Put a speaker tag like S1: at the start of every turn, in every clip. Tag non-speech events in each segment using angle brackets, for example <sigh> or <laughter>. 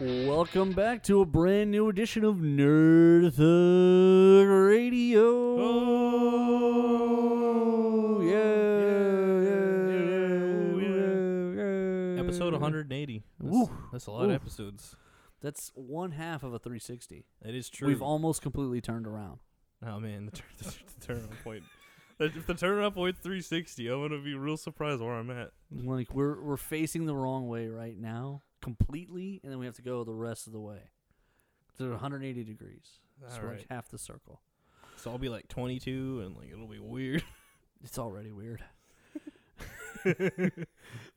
S1: Welcome back to a brand new edition of Nerd Thug Radio.
S2: Oh,
S1: yeah, yeah, yeah, yeah, yeah.
S2: Episode 180. That's,
S1: Woo.
S2: that's a lot
S1: Woo.
S2: of episodes.
S1: That's one half of a 360.
S2: That is true.
S1: We've almost completely turned around.
S2: oh man, the, tur- <laughs> the, tur- the turnaround point. If the turnaround point's 360, I'm gonna be real surprised where I'm at.
S1: Like we're we're facing the wrong way right now, completely, and then we have to go the rest of the way. So 180 degrees. So
S2: All
S1: we're
S2: right.
S1: like half the circle.
S2: So I'll be like 22, and like it'll be weird. <laughs>
S1: It's already weird. <laughs>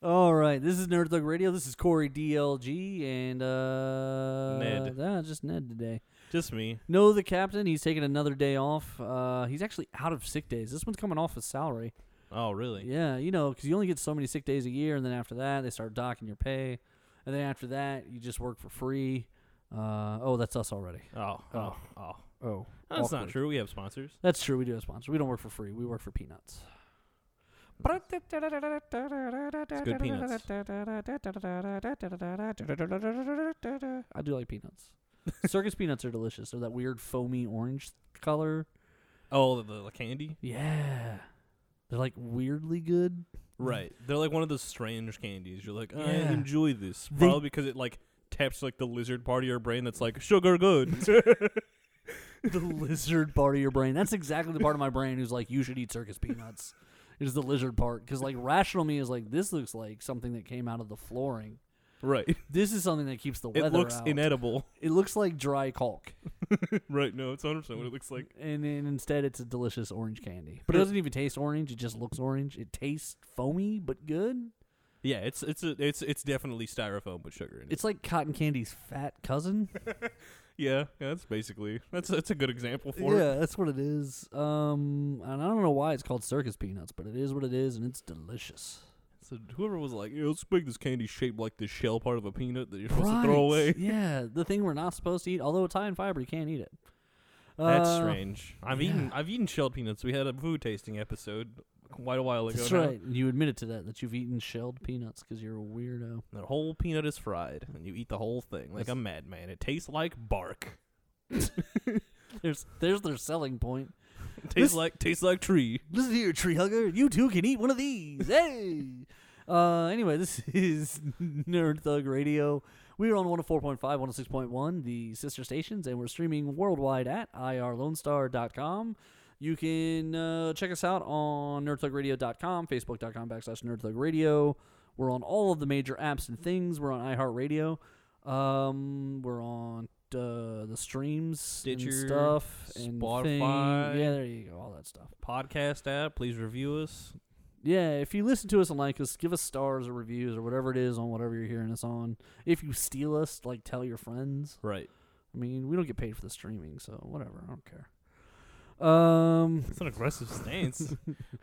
S1: All right, this is Nerd Thug Radio. This is Corey DLG and uh,
S2: Ned.
S1: nah, just Ned today.
S2: Just me.
S1: No, the captain. He's taking another day off. Uh, he's actually out of sick days. This one's coming off his salary.
S2: Oh really?
S1: Yeah, you know, because you only get so many sick days a year, and then after that, they start docking your pay, and then after that, you just work for free. Uh, oh, that's us already.
S2: Oh, oh, oh.
S1: Oh,
S2: That's not
S1: awkward.
S2: true. We have sponsors.
S1: That's true. We do have sponsors. We don't work for free. We work for peanuts.
S2: It's good peanuts.
S1: I do like peanuts. Circus peanuts are delicious. They're that weird foamy orange color.
S2: Oh, the, the candy.
S1: Yeah. They're like weirdly good.
S2: Right. They're like one of those strange candies. You're like, I
S1: Yeah.
S2: enjoy this.
S1: They-
S2: Probably because it like taps like the lizard part of your brain that's like sugar <laughs> good.
S1: <laughs> The lizard part of your brain. That's exactly the part of my brain who's like, you should eat circus peanuts. Is the lizard part. Because like rational me is like, this looks like something that came out of the flooring.
S2: right.
S1: This is something that keeps the weather
S2: It looks
S1: out.
S2: inedible. <laughs>
S1: it looks like dry caulk.
S2: Right, no, it's 100% what it looks like.
S1: and then instead it's a delicious orange candy. But it doesn't even taste orange; it just looks orange. It tastes foamy but good.
S2: Yeah, it's it's a, it's it's definitely styrofoam with sugar in it.
S1: It's like cotton candy's fat cousin.
S2: yeah, yeah, that's basically that's that's a good example for it.
S1: yeah, that's what it is. Um, and I don't know why it's called circus peanuts, but it is what it is, and it's delicious.
S2: So whoever was like, "Yeah, let's make this candy shaped like the shell part of a peanut that you're supposed to
S1: <laughs>
S2: throw away.
S1: yeah, the thing we're not supposed to eat, although it's high in fiber, you can't eat it.
S2: That's
S1: Uh,
S2: strange. I've
S1: yeah.
S2: eaten I've eaten shelled peanuts. We had a food tasting episode quite a while ago.
S1: That's
S2: now.
S1: right. You admitted to that that you've eaten shelled peanuts because you're a weirdo.
S2: The whole peanut is fried, and you eat the whole thing like a madman. It tastes like bark. <laughs>
S1: There's there's their selling point.
S2: It
S1: This-
S2: tastes like tastes like tree.
S1: Listen here, tree hugger. You too can eat one of these.
S2: <laughs>
S1: Hey. uh, anyway, this is Nerd Thug Radio. We're on 104.5, 106.1, the sister stations, and we're streaming worldwide at irlonestar.com. You can uh, check us out on nerdthugradio.com, facebook.com backslash nerdthugradio. We're on all of the major apps and things. We're on iHeartRadio. Um, we're on uh, the streams and
S2: Stitcher,
S1: stuff and thing.
S2: Spotify.
S1: Yeah, there you go. All that stuff.
S2: Podcast app, please review us.
S1: Yeah, if you listen to us and like us, give us stars or reviews or whatever it is on whatever you're hearing us on. If you steal us, like tell your friends.
S2: Right.
S1: I mean, we don't get paid for the streaming, so whatever. I don't care. Um,
S2: It's an aggressive stance.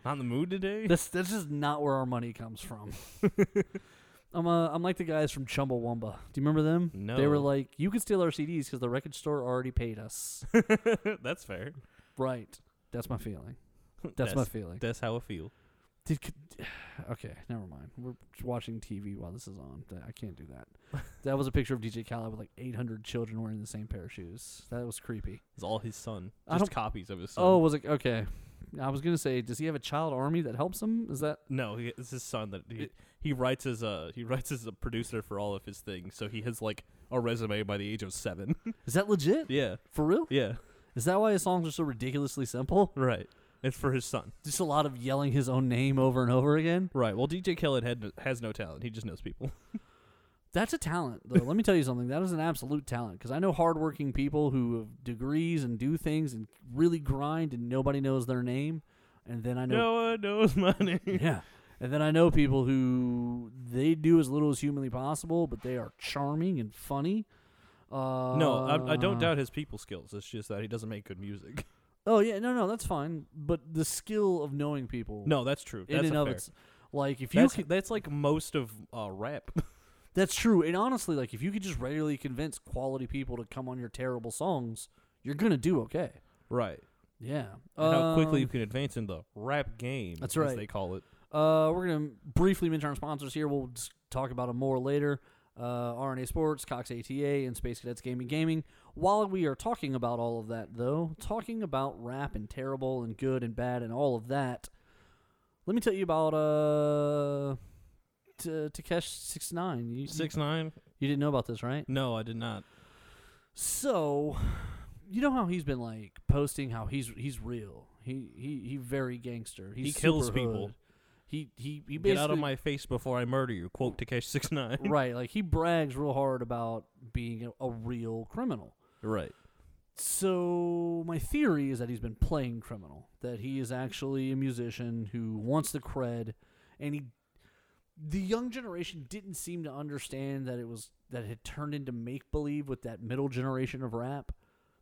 S2: Not in the mood today.
S1: that's that's just not where our money comes from. I'm uh, I'm like the guys from Chumbawamba. Do you remember them? They were
S2: No.
S1: like, you could steal our CDs because the record store already paid us.
S2: <laughs> That's fair.
S1: right. That's my feeling. That's, my feeling.
S2: That's how I feel.
S1: Did, could- <sighs> okay, never mind. We're watching TV while this is on. Th- I can't do <laughs> that. that was a picture of DJ Khaled with like 800 children wearing the same pair of shoes. That was creepy.
S2: It's all his son.
S1: I
S2: Just
S1: don't-
S2: copies of his son.
S1: Oh, was it? Okay. I was going to say, does he have a child army that helps him? Is that.
S2: no, he, it's his son that he,
S1: It-
S2: he writes as a he writes as a producer for all of his things. So he has like a resume by the age of seven. <laughs>
S1: Is that legit?
S2: yeah,
S1: For real?
S2: yeah,
S1: Is that why his songs are so ridiculously simple?
S2: right. It's for his son.
S1: Just a lot of yelling his own name over and over again?
S2: Right. Well, DJ Khaled had, has no talent. He just knows people.
S1: That's a talent, though. Let me tell you something. That is an absolute talent because I know hardworking people who have degrees and do things and really grind, and nobody knows their name. And then I know,
S2: No one knows my
S1: <laughs>
S2: name.
S1: yeah, and then I know people who they do as little as humanly possible, but they are charming and funny. Uh,
S2: no, I, I don't doubt his people skills. It's just that he doesn't make good music.
S1: Oh yeah, no, no, that's fine. But the skill of knowing people,
S2: No, that's true.
S1: in
S2: that's
S1: and
S2: a
S1: of
S2: fair.
S1: its, like if you
S2: That's,
S1: could,
S2: that's like most of uh, rap.
S1: that's true. And honestly, like if you could just regularly convince quality people to come on your terrible songs, you're gonna do okay.
S2: right.
S1: Yeah.
S2: and how quickly you
S1: Um,
S2: can advance in the rap game.
S1: That's
S2: As
S1: right.
S2: they call it.
S1: Uh, we're gonna briefly mention our sponsors here. We'll just talk about them more later. uh, RNA Sports, Cox ATA, and Space Cadets Gaming Gaming. While we are talking about all of that, though, talking about rap and terrible and good and bad and all of that, let me tell you about uh, T- Takesh Six Nine. You,
S3: Six nine?
S1: you didn't know about this, right?
S3: No, I did not.
S1: So, you know how he's been like posting how he's he's real. He he he very gangster. He's
S3: He kills
S1: super
S3: people.
S1: hood. He he he basically
S3: Get out of my face before I murder you. Quote to catch
S2: <laughs>
S3: six nine.
S1: right. Like he brags real hard about being a, a real criminal.
S3: <laughs> Right.
S1: So my theory is that he's been playing criminal. That he is actually a musician who wants the cred, and he, the young generation didn't seem to understand that it was that it had turned into make believe with that middle generation of rap.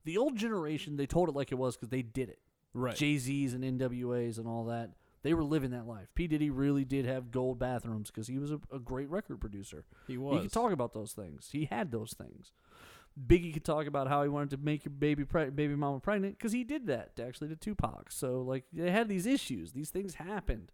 S1: The old generation they told it like it was because they did it.
S3: Right.
S1: Jay Z's and NWA's and all that. They were living that life. P Diddy really did have gold bathrooms because he was a, a great record producer.
S3: he
S1: He could talk about those things. He had those things. Biggie could talk about how he wanted to make your baby preg- baby mama pregnant because he did that to actually to Tupac. So like they had these issues. These things happened.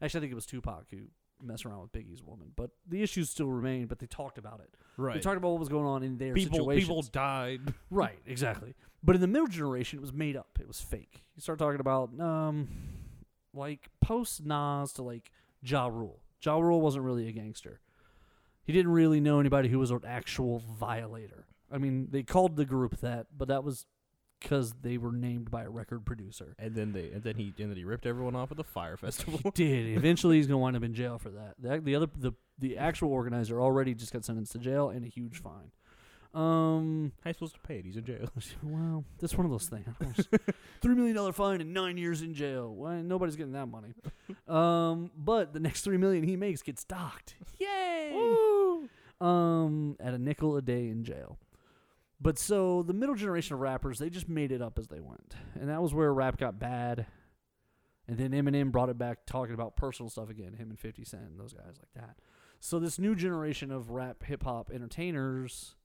S1: Actually, I think it was Tupac who messed around with Biggie's woman, but the issues still remained. But they talked about it. They
S3: Right.
S1: talked about what was going on in their
S3: people
S1: situations.
S3: people died.
S1: Right, exactly. But in the middle generation, it was made up. It was fake. You start talking about um, like post Nas to like Ja Rule. Ja Rule wasn't really a gangster. He didn't really know anybody who was an actual violator. I mean, they called the group that, but that was because they were named by a record producer.
S3: <laughs> And then they and then he and then he ripped everyone off at the fire <laughs> festival.
S1: He did. Eventually, he's gonna wind up in jail for that. The, the other, the the actual organizer already just got sentenced to jail and a huge fine. Um,
S3: How you supposed to pay it? He's in jail.
S1: Well, that's one of those things. I don't s- three million dollar fine and nine years in jail. Well, nobody's getting that money. Um, but the next three million he makes gets docked. Yay! Um, at a nickel a day in jail. But so the middle generation of rappers, they just made it up as they went, and that was where rap got bad. And then Eminem brought it back, talking about personal stuff again. Him and Fifty Cent, and those guys like that. So this new generation of rap hip hop entertainers,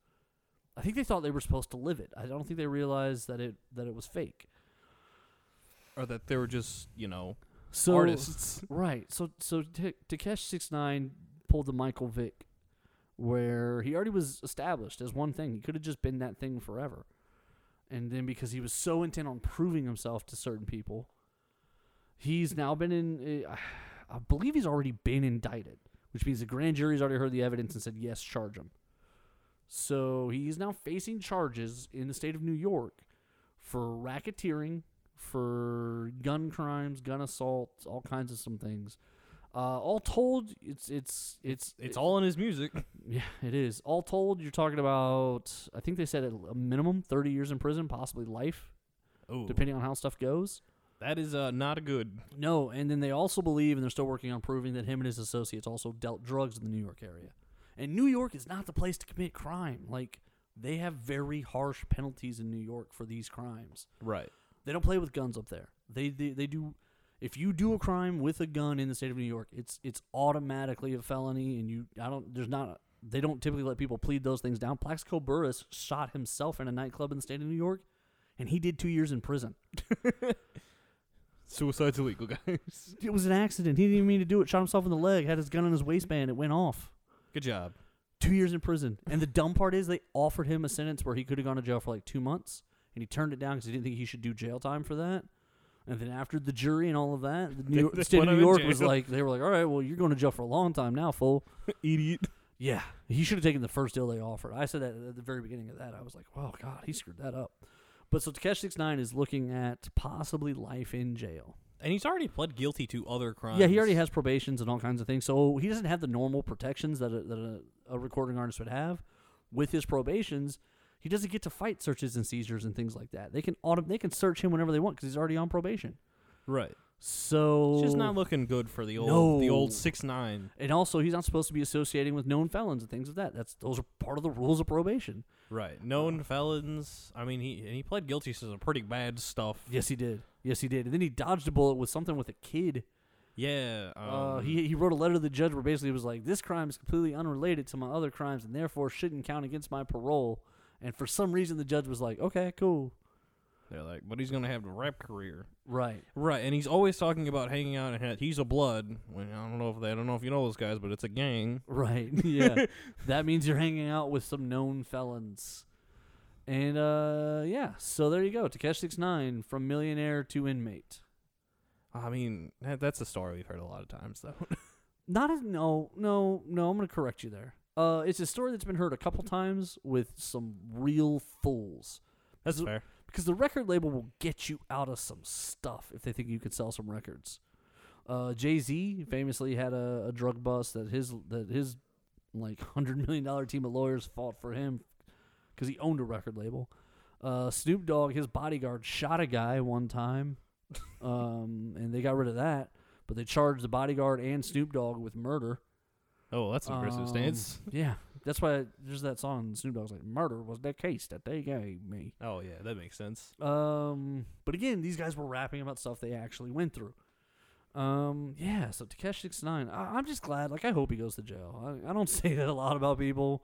S1: I think they thought they were supposed to live it. I don't think they realized that it that it was fake.
S3: Or that they were just, you know,
S1: So
S3: artists.
S1: <laughs> right. So so Ta- Takesh six nine pulled the Michael Vick, where he already was established as one thing. He could have just been that thing forever, and then because he was so intent on proving himself to certain people, he's now been in. Uh, I believe he's already been indicted, which means the grand jury's already heard the evidence and said yes, charge him. So he's now facing charges in the state of New York for racketeering, for gun crimes, gun assaults, all kinds of some things. Uh, all told, it's it's it's
S3: It's all in his <laughs> music.
S1: yeah, it is. All told, you're talking about I think they said at a minimum 30 years in prison, possibly life,
S3: Oh,
S1: depending on how stuff goes.
S3: that is uh, not a good.
S1: No, and then they also believe, and they're still working on proving that him and his associates also dealt drugs in the New York area. And New York is not the place to commit crime. Like they have very harsh penalties in New York for these crimes.
S3: Right.
S1: They don't play with guns up there. They they, they do. If you do a crime with a gun in the state of New York, it's it's automatically a felony, and you I don't there's not they don't typically let people plead those things down. Plaxico Burris shot himself in a nightclub in the state of New York, and he did two years in prison.
S3: Suicide's illegal, <laughs> guys.
S1: It was an accident. He didn't even mean to do it. Shot himself in the leg. Had his gun in his waistband. It went off.
S3: Good job.
S1: Two years in prison. And the dumb part is they offered him a sentence where he could have gone to jail for like two months, and he turned it down because he didn't think he should do jail time for that. And then after the jury and all of that, the New
S3: They-
S1: York,
S3: they
S1: state of
S3: put him
S1: New
S3: in
S1: York was
S3: jail.
S1: like, they were like, all right, well, you're going to jail for a long time now, fool.
S3: Idiot.
S1: Yeah, he should have taken the first deal they offered. I said that at the very beginning of that. I was like, "Oh God, he screwed that up." But so Takesh Six Nine is looking at possibly life in jail.
S3: And he's already pled guilty to other crimes.
S1: Yeah, he already has probations and all kinds of things. So he doesn't have the normal protections that a, that a, a recording artist would have. With his probations, he doesn't get to fight searches and seizures and things like that. They can auto, they can search him whenever they want because he's already on probation.
S3: Right.
S1: So
S3: It's just not looking good for the old the
S1: No.
S3: old six nine.
S1: and also he's not supposed to be associating with known felons and things of that. That's those are part of the rules of probation.
S3: Right. Known felons. I mean, he and he pled guilty to some pretty bad stuff.
S1: Yes, he did. Yes, he did. And then he dodged a bullet with something with a kid.
S3: Yeah. Um,
S1: uh, he he wrote a letter to the judge where basically he was like, "This crime is completely unrelated to my other crimes and therefore shouldn't count against my parole." And for some reason, the judge was like, "Okay, cool."
S3: They're like, but he's gonna have a rap career,
S1: Right.
S3: right? And he's always talking about hanging out and ha- he's a blood. Well, I don't know if they, I don't know if you know those guys, but it's a gang.
S1: <laughs> Right. Yeah. that means you're hanging out with some known felons. And uh yeah, so there you go. Takesh six nine from millionaire to inmate.
S3: I mean, that, that's a story we've heard a lot of times, though.
S1: Not as no, no, no, I'm gonna correct you there. Uh it's a story that's been heard a couple times with some real fools.
S3: that's
S1: So-
S3: fair.
S1: because the record label will get you out of some stuff if they think you could sell some records. Uh, Jay Z famously had a, a drug bust that his that his like hundred million dollar team of lawyers fought for him because he owned a record label. Uh, Snoop Dogg, his bodyguard, shot a guy one time, um, and they got rid of that. But they charged the bodyguard and Snoop Dogg with murder.
S3: Oh, that's an aggressive
S1: Um,
S3: stance.
S1: Yeah, that's why there's that song. Snoop Dogg's like, "Murder was the case that they gave me."
S3: Oh yeah, that makes sense.
S1: Um, but again, these guys were rapping about stuff they actually went through. Um, yeah. So Takesh six nine, I- I'm just glad. Like, I hope he goes to jail. I, I don't <laughs> say that a lot about people.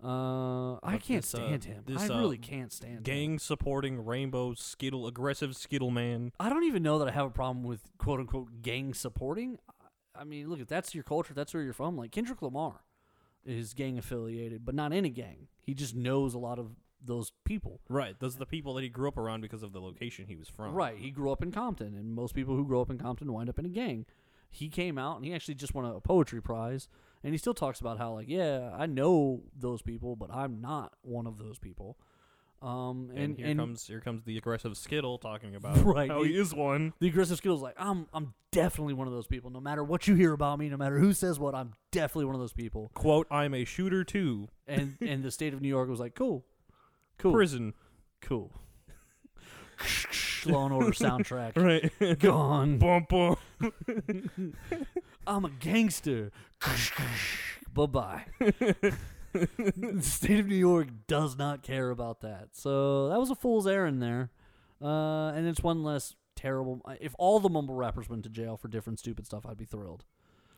S1: Uh, I
S3: But
S1: can't
S3: this, uh,
S1: stand him.
S3: this,
S1: I
S3: uh,
S1: really can't stand Him.
S3: Gang supporting Rainbow Skittle aggressive Skittle man.
S1: I don't even know that I have a problem with quote unquote gang supporting. I- I mean, look, if that's your culture, if that's where you're from. Like Kendrick Lamar is gang affiliated, but not in a gang. He just knows a lot of those people.
S3: Right, those are the people that he grew up around because of the location he was from.
S1: Right. He grew up in Compton, and most people who grow up in Compton wind up in a gang. He came out and he actually just won a poetry prize, and he still talks about how like, yeah, I know those people, but I'm not one of those people. Um,
S3: And,
S1: and
S3: here comes here comes the aggressive Skittle talking about
S1: <laughs> Right,
S3: how
S1: he-
S3: he is one.
S1: the aggressive skills like I'm I'm definitely one of those people. No matter what you hear about me, no matter who says what, I'm definitely one of those people.
S3: Quote, I'm a shooter too. <laughs>
S1: And and the state of New York was like, cool, cool,
S3: Prison. <laughs>
S1: cool. Law and Order
S3: <laughs>
S1: soundtrack
S3: Right.
S1: gone.
S3: <laughs> bum, bum.
S1: I'm a gangster. bye bye. the state of New York does not care about that. So that was a fool's errand there. Uh, and it's one less terrible. uh, If all the mumble rappers went to jail for different stupid stuff, I'd be thrilled.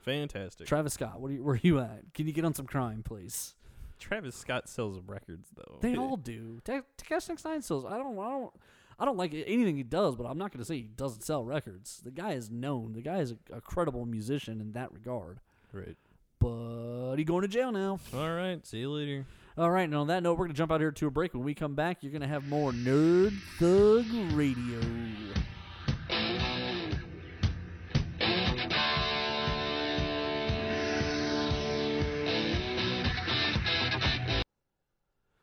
S3: Fantastic.
S1: Travis Scott, what are you, where are you at? Can you get on some crime, please?
S3: Travis Scott sells records though.
S1: They all do. Ta- Takashi Six Nine sells. I don't. I don't. I don't like anything he does, but I'm not going to say he doesn't sell records. The guy is known. The guy is a, a credible musician in that regard.
S3: <laughs> Right.
S1: But he going to jail now.
S3: All right. See you later.
S1: All right, and on that note, we're going to jump out here to a break. When we come back, you're going to have more Nerd Thug Radio.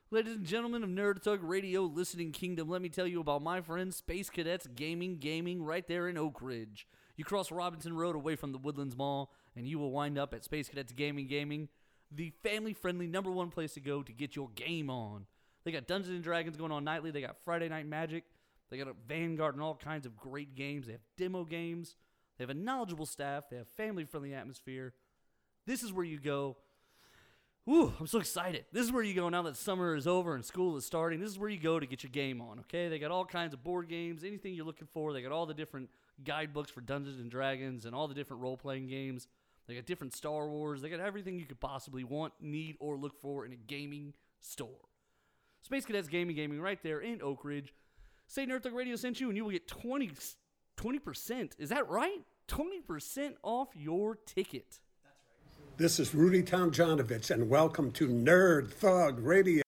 S1: Ladies and gentlemen of Nerd Thug Radio Listening Kingdom, let me tell you about my friends Space Cadets Gaming Gaming right there in Oak Ridge. You cross Robinson Road away from the Woodlands Mall, and you will wind up at Space Cadets Gaming Gaming, the family friendly number one place to go to get your game on. They got Dungeons and Dragons going on nightly, they got Friday Night Magic, they got a Vanguard and all kinds of great games. They have demo games, they have a knowledgeable staff, they have family friendly atmosphere. This is where you go Ooh, I'm so excited. This is where you go now that summer is over and school is starting. This is where you go to get your game on, okay? They got all kinds of board games, anything you're looking for. They got all the different guidebooks for Dungeons and Dragons and all the different role playing games. They got different Star Wars. They got everything you could possibly want, need, or look for in a gaming store. Space Cadets Gaming Gaming right there in Oak Ridge. Say Nerd Thug Radio sent you, and you will get 20, 20%. Is that right? 20% off your ticket.
S4: This is Rudy Tomjanovich, and welcome to Nerd Thug Radio.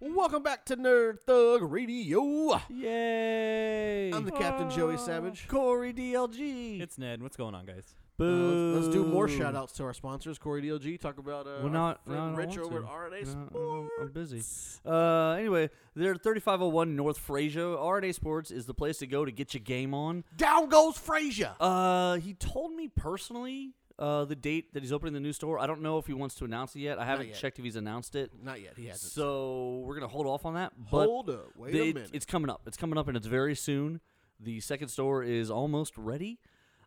S5: Welcome back to Nerd Thug Radio.
S1: Yay!
S5: I'm the Captain Joey Savage.
S1: Corey DLG.
S3: <laughs> It's Ned. What's going on, guys?
S5: Uh, let's, let's do more
S1: Boo.
S5: shout outs to our sponsors, Corey DLG. Talk about uh,
S1: We're not-
S5: our friend
S1: no, I don't
S5: Rich
S1: want
S5: over
S1: to.
S5: at RNA
S1: No, I
S5: Sports.
S1: don't- I'm busy. Uh, anyway, they're at 3501 North Frasia. RNA Sports is the place to go to get your game on.
S5: Down goes Frazier.
S1: Uh, he told me personally uh, the date that he's opening the new store. I don't know if he wants to announce it yet. I haven't
S5: yet.
S1: checked if he's announced it.
S5: Not yet. He hasn't.
S1: So we're going to hold off on that. But
S5: Hold up. Wait
S1: they-
S5: a minute.
S1: It's coming up. It's coming up, and it's very soon. The second store is almost ready.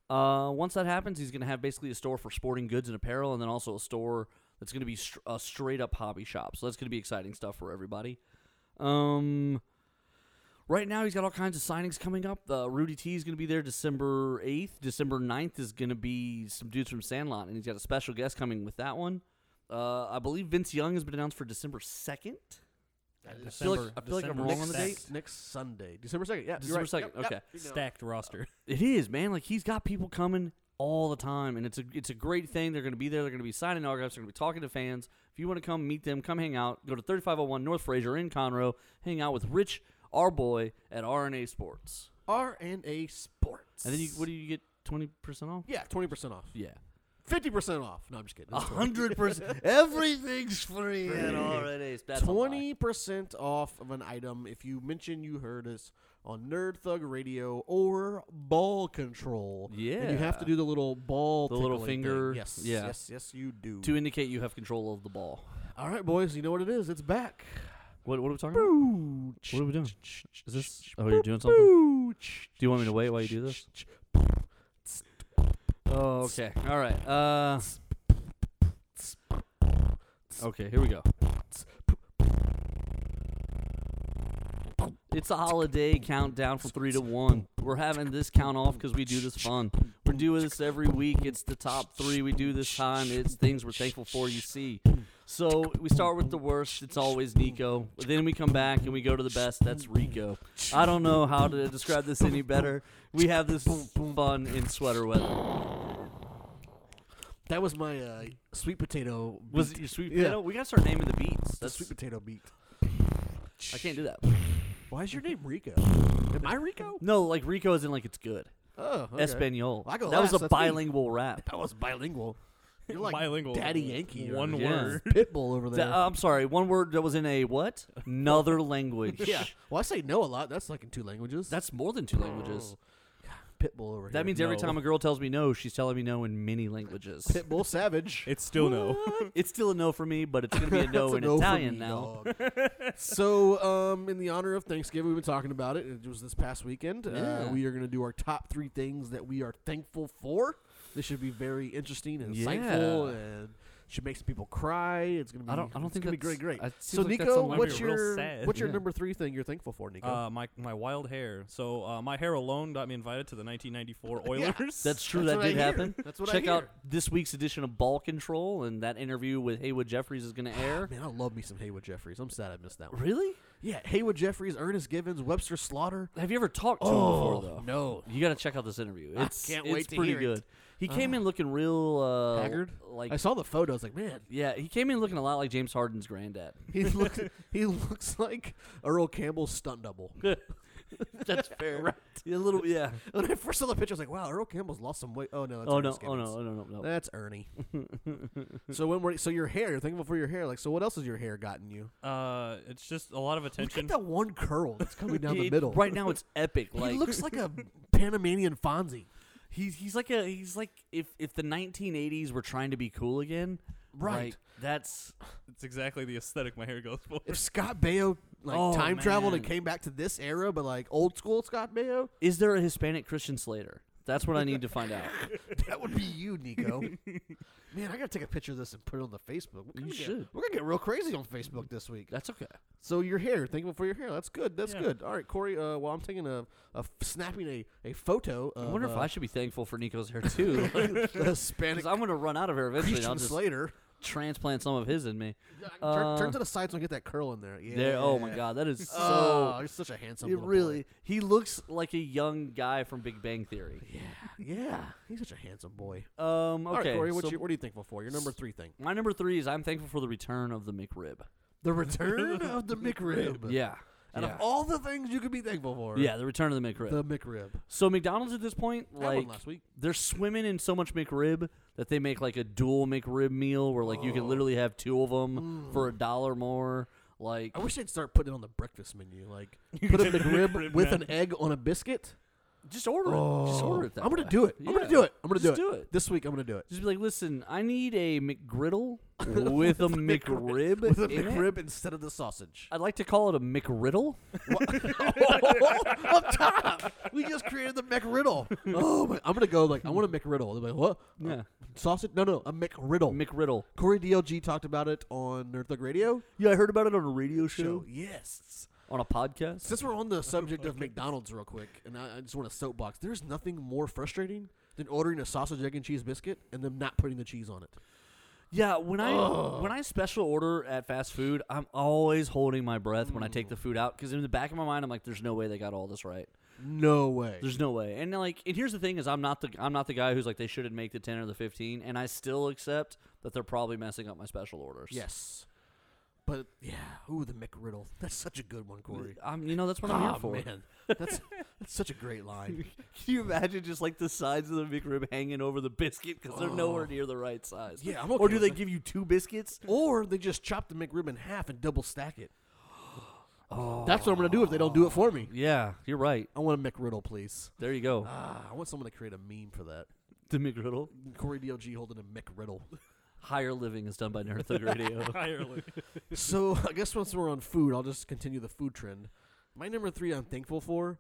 S1: Uh, once that happens, he's going to have basically a store for sporting goods and apparel, and then also a store that's going to be str- a straight up hobby shop. So that's going to be exciting stuff for everybody. Um, Right now, he's got all kinds of signings coming up. Uh, Rudy T is going to be there December 8th. December 9th is going to be some dudes from Sandlot, and he's got a special guest coming with that one. Uh, I believe Vince Young has been announced for December 2nd.
S5: That is
S1: feel like-
S3: December-
S1: I feel like I'm
S3: December
S1: wrong on the
S3: sixth.
S1: date.
S5: next Sunday, December second. Yeah,
S1: December
S5: you're right.
S1: 2nd,
S5: Yep, yep,
S1: okay.
S5: you know.
S6: Stacked roster.
S1: <laughs> It is, man. Like he's got people coming all the time, and it's a it's a great thing. They're going to be there. They're going to be signing autographs. They're going to be talking to fans. If you want to come meet them, come hang out. Go to 3501 North Fraser in Conroe. Hang out with Rich, our boy at RNA Sports.
S5: R and A Sports.
S1: And then you, what do you get? Twenty percent off.
S5: Yeah, twenty percent off.
S1: Yeah,
S5: Fifty percent off. No, I'm just kidding.
S1: a <laughs>
S5: <laughs>
S1: hundred percent. Everything's free at RNA. That's a lie.
S5: Twenty percent off of an item if you mention you heard us on Nerd Thug Radio or Ball Control. and you have
S1: Yeah.
S5: to do the little ball,
S1: The little
S5: tickling thing.
S1: finger.
S5: Yes,
S1: Yeah.
S5: yes, yes, you do.
S1: to indicate you have control of the ball.
S5: All right, boys, you know what it is. It's back.
S1: What, what are we talking about? What are we doing? Is this? Oh, you're doing something. Do you want me to wait while you do this? Oh, okay. All right. Uh. Okay, here we go. It's a holiday countdown from three to one. We're having this count off because we do this fun. We're doing this every week. It's the top three we do this time. It's things we're thankful for. You see, so we start with the worst. It's always Nico. Then we come back and we go to the best. That's Rico. I don't know how to describe this any better. We have this fun in sweater weather.
S5: That was my uh, sweet potato. Beat.
S1: Was it your sweet
S5: Yeah.
S1: potato? We gotta start naming the beats.
S5: the
S1: That's
S5: sweet potato beat?
S1: I can't do that. <laughs>
S5: Why is your name Rico? Am I Rico?
S1: No, like Rico is in like it's good.
S5: Oh,
S1: Espanol.
S5: Well, I go
S1: that
S5: last,
S1: was a
S5: that's me.
S1: bilingual rap.
S5: That was bilingual. You're like
S3: Bilingual.
S5: Daddy Yankee. or
S3: One
S1: Yeah.
S3: word.
S5: Pitbull over there.
S1: Th-
S5: <laughs>
S1: uh, I'm sorry. One word that was in a what? Another language.
S5: yeah. Well, I say no a lot. That's like in two languages.
S1: That's more than two languages.
S5: Pitbull over here.
S1: Oh, That means every
S3: No.
S1: <laughs> time a girl tells me no, she's telling me no in many languages.
S5: Pitbull Savage.
S3: It's still no.
S1: <laughs> It's still a no for me, but it's gonna
S5: <laughs>
S1: be a no
S5: That's
S1: in
S5: a no for
S1: Italian
S5: me,
S1: now. <laughs>
S5: dog. so, um, in the honor of Thanksgiving, we've been talking about it. It was this past weekend. Uh,
S1: Yeah.
S5: we are going to do our top three things that we are thankful for. This should be very interesting and insightful,
S1: Yeah.
S5: and should make some people cry. It's going to be.
S1: I don't. I don't
S5: it's
S1: think
S5: gonna be
S1: that's
S5: great. Great.
S1: I- it
S5: So,
S1: seems like that's
S5: Nico,
S1: something-
S3: might
S5: what's
S3: be real
S5: your
S3: sad.
S5: what's your
S1: Yeah.
S5: number three thing you're thankful for, Nico?
S3: <laughs> Uh, my my wild hair. So uh, my hair alone got me invited to
S1: <laughs>
S3: the 1994
S5: Yeah.
S3: Oilers.
S1: That's true.
S5: That's
S1: that
S5: what I
S1: did
S5: hear.
S1: happen.
S5: That's what I
S1: Check out
S5: hear.
S1: this week's edition of Ball Control, and that interview with Haywood Jeffries is going to air.
S5: Ah, Man, I love me some Haywood Jeffries. I'm sad I missed that one.
S1: really?
S5: Yeah, Haywood Jeffries, Ernest Givens, Webster Slaughter.
S1: Have you ever talked to
S5: Oh.
S1: him before, though?
S5: no.
S1: You got to check out this interview.
S5: I
S1: It's,
S5: can't
S1: it's
S5: wait to
S1: pretty
S5: hear it.
S1: good. He came in looking real uh,
S5: Haggard?
S1: Like
S5: I saw the photo. I was like, man,
S1: yeah, he came in looking a lot like James Harden's granddad.
S5: <laughs>
S1: <laughs>
S5: he looks he looks like Earl Campbell's
S1: <laughs>
S5: stunt double.
S1: That's fair. right. A little yeah.
S5: When I first saw the picture, I was like, wow, Earl Campbell's lost some weight. Oh no, that's
S1: Oh no,
S5: Ernest
S1: oh no,
S5: Givens.
S1: oh no, no, no.
S5: That's
S1: <laughs>
S5: Ernie. so when we're so your hair, you're thankful for your hair. Like, so what else has your hair gotten you?
S3: uh, it's just a lot of
S5: Look at
S3: attention.
S5: that one curl that's coming
S1: <laughs>
S5: down the
S1: It-
S5: middle.
S1: Right
S5: <laughs>
S1: now, it's epic.
S5: he
S1: Like
S5: looks
S1: <laughs>
S5: like a Panamanian Fonzie.
S1: he's he's like a he's like if if the 1980s were trying to be cool again,
S5: Right.
S1: like, that's
S3: It's exactly the aesthetic my hair goes for. <laughs>
S5: If Scott Baio like
S1: Oh,
S5: time traveled and
S1: man.
S5: came back to this era, but like old school Scott Baio,
S1: Is there a Hispanic Christian Slater? That's what I need to find
S5: <laughs>
S1: out.
S5: that would be
S1: <laughs>
S5: you, Nico. Man, I gotta take a picture of this and put it on the Facebook. We're gonna
S1: You
S5: get-
S1: should.
S5: We're gonna get real crazy on Facebook this week.
S1: That's okay.
S5: So your hair, thankful for your hair. That's good. That's
S3: Yeah.
S5: good. All right, Corey. Uh, while I'm taking a, a f- snapping a, a photo. Of,
S1: I wonder if
S5: <laughs> uh,
S1: I should be thankful for Nico's hair
S5: <laughs>
S1: too, <laughs> because
S5: the Hispanic
S1: I'm gonna run out of hair eventually. and I'll
S5: Christian
S1: just
S5: Slater.
S1: transplant some of his in me.
S5: turn,
S1: Uh,
S5: turn to the side so I get that curl in there. Yeah.
S1: There. Oh my God, that
S5: <laughs>
S1: is so.
S5: Oh, you're such a handsome.
S1: it
S5: little boy.
S1: really. He looks like a young guy from Big Bang Theory.
S5: Yeah. He's such a handsome boy.
S1: Um.
S5: All
S1: Okay.
S5: right, Corey. What,
S1: so
S5: you, what are you thankful for? Your number three thing.
S1: my number three is I'm thankful for the return of the McRib.
S5: The return of the
S1: <laughs>
S5: McRib.
S1: Yeah.
S5: Out
S1: yeah.
S5: of all the things you could be thankful for.
S1: yeah, the return of the McRib.
S5: The McRib.
S1: so McDonald's at this point,
S5: That one
S1: like
S5: last week.
S1: they're swimming in so much McRib that they make like a dual McRib meal where like you
S5: Oh.
S1: can literally have two of them for a dollar more. Like
S5: I wish they'd start putting it on the breakfast menu.
S1: <laughs>
S5: Like, put a McRib with an egg on a biscuit. Oh.
S1: just order it. Just order it. That
S5: I'm gonna
S1: way.
S5: do it. I'm gonna
S1: Yeah.
S5: do it. I'm gonna
S1: Just
S5: do, it.
S1: do it.
S5: this week. I'm gonna do it.
S1: Just be like, listen, I need a
S5: <laughs>
S1: McGriddle with a <laughs> McRib.
S5: with a
S1: in it."
S5: McRib instead of
S1: <laughs>
S5: the sausage. Oh,
S1: I'd like to call it a
S5: <laughs>
S1: McRiddle.
S5: Up top, we just created the McRiddle.
S1: <laughs>
S5: Oh my! I'm gonna go like I want a McRiddle. They're like, what?
S1: Yeah.
S5: sausage? No, no, a McRiddle.
S1: McRiddle.
S5: Corey DLG talked about it on Nerd Thug Radio
S1: Yeah, I heard about it on a radio show.
S5: Yes,
S1: on a podcast.
S5: Since we're on the subject of McDonald's, real quick, and I, I just want to soapbox. There's nothing more frustrating than ordering a sausage, egg, and cheese biscuit and them not putting the cheese on it.
S1: Yeah, when I when I special order at fast food, I'm always holding my breath when I take the food out because in the back of my mind, I'm like, "There's no way they got all this right.
S5: No way.
S1: There's no way." And like, and here's the thing: is I'm not the I'm not the guy who's like they shouldn't make the ten or the fifteen, and I still accept that they're probably messing up my special orders.
S5: yes, but yeah. Ooh, the McRiddle. That's such a good one, Corey.
S1: I'm, you know that's <laughs> what I'm here
S5: Oh
S1: for.
S5: man, that's that's such a great line.
S1: <laughs> Can you imagine just like the sides of the McRib hanging over the biscuit because they're nowhere near the right size?
S5: Yeah, I'm
S1: Or
S5: okay
S1: do
S5: with
S1: they
S5: that.
S1: give you two biscuits?
S5: Or they just chop the McRib in half and double stack it. That's what I'm gonna do if they don't do it for me.
S1: Oh, Yeah, you're right.
S5: I want a McRiddle, please.
S1: There you go.
S5: Ah, I want someone to create a meme for that.
S1: the McGriddle.
S5: Corey DLG holding a McRiddle. <laughs>
S1: Higher living is done by Nerd Thug Radio.
S3: Ireland.
S5: so I guess once we're on food, I'll just continue the food trend. My number three, I'm thankful for.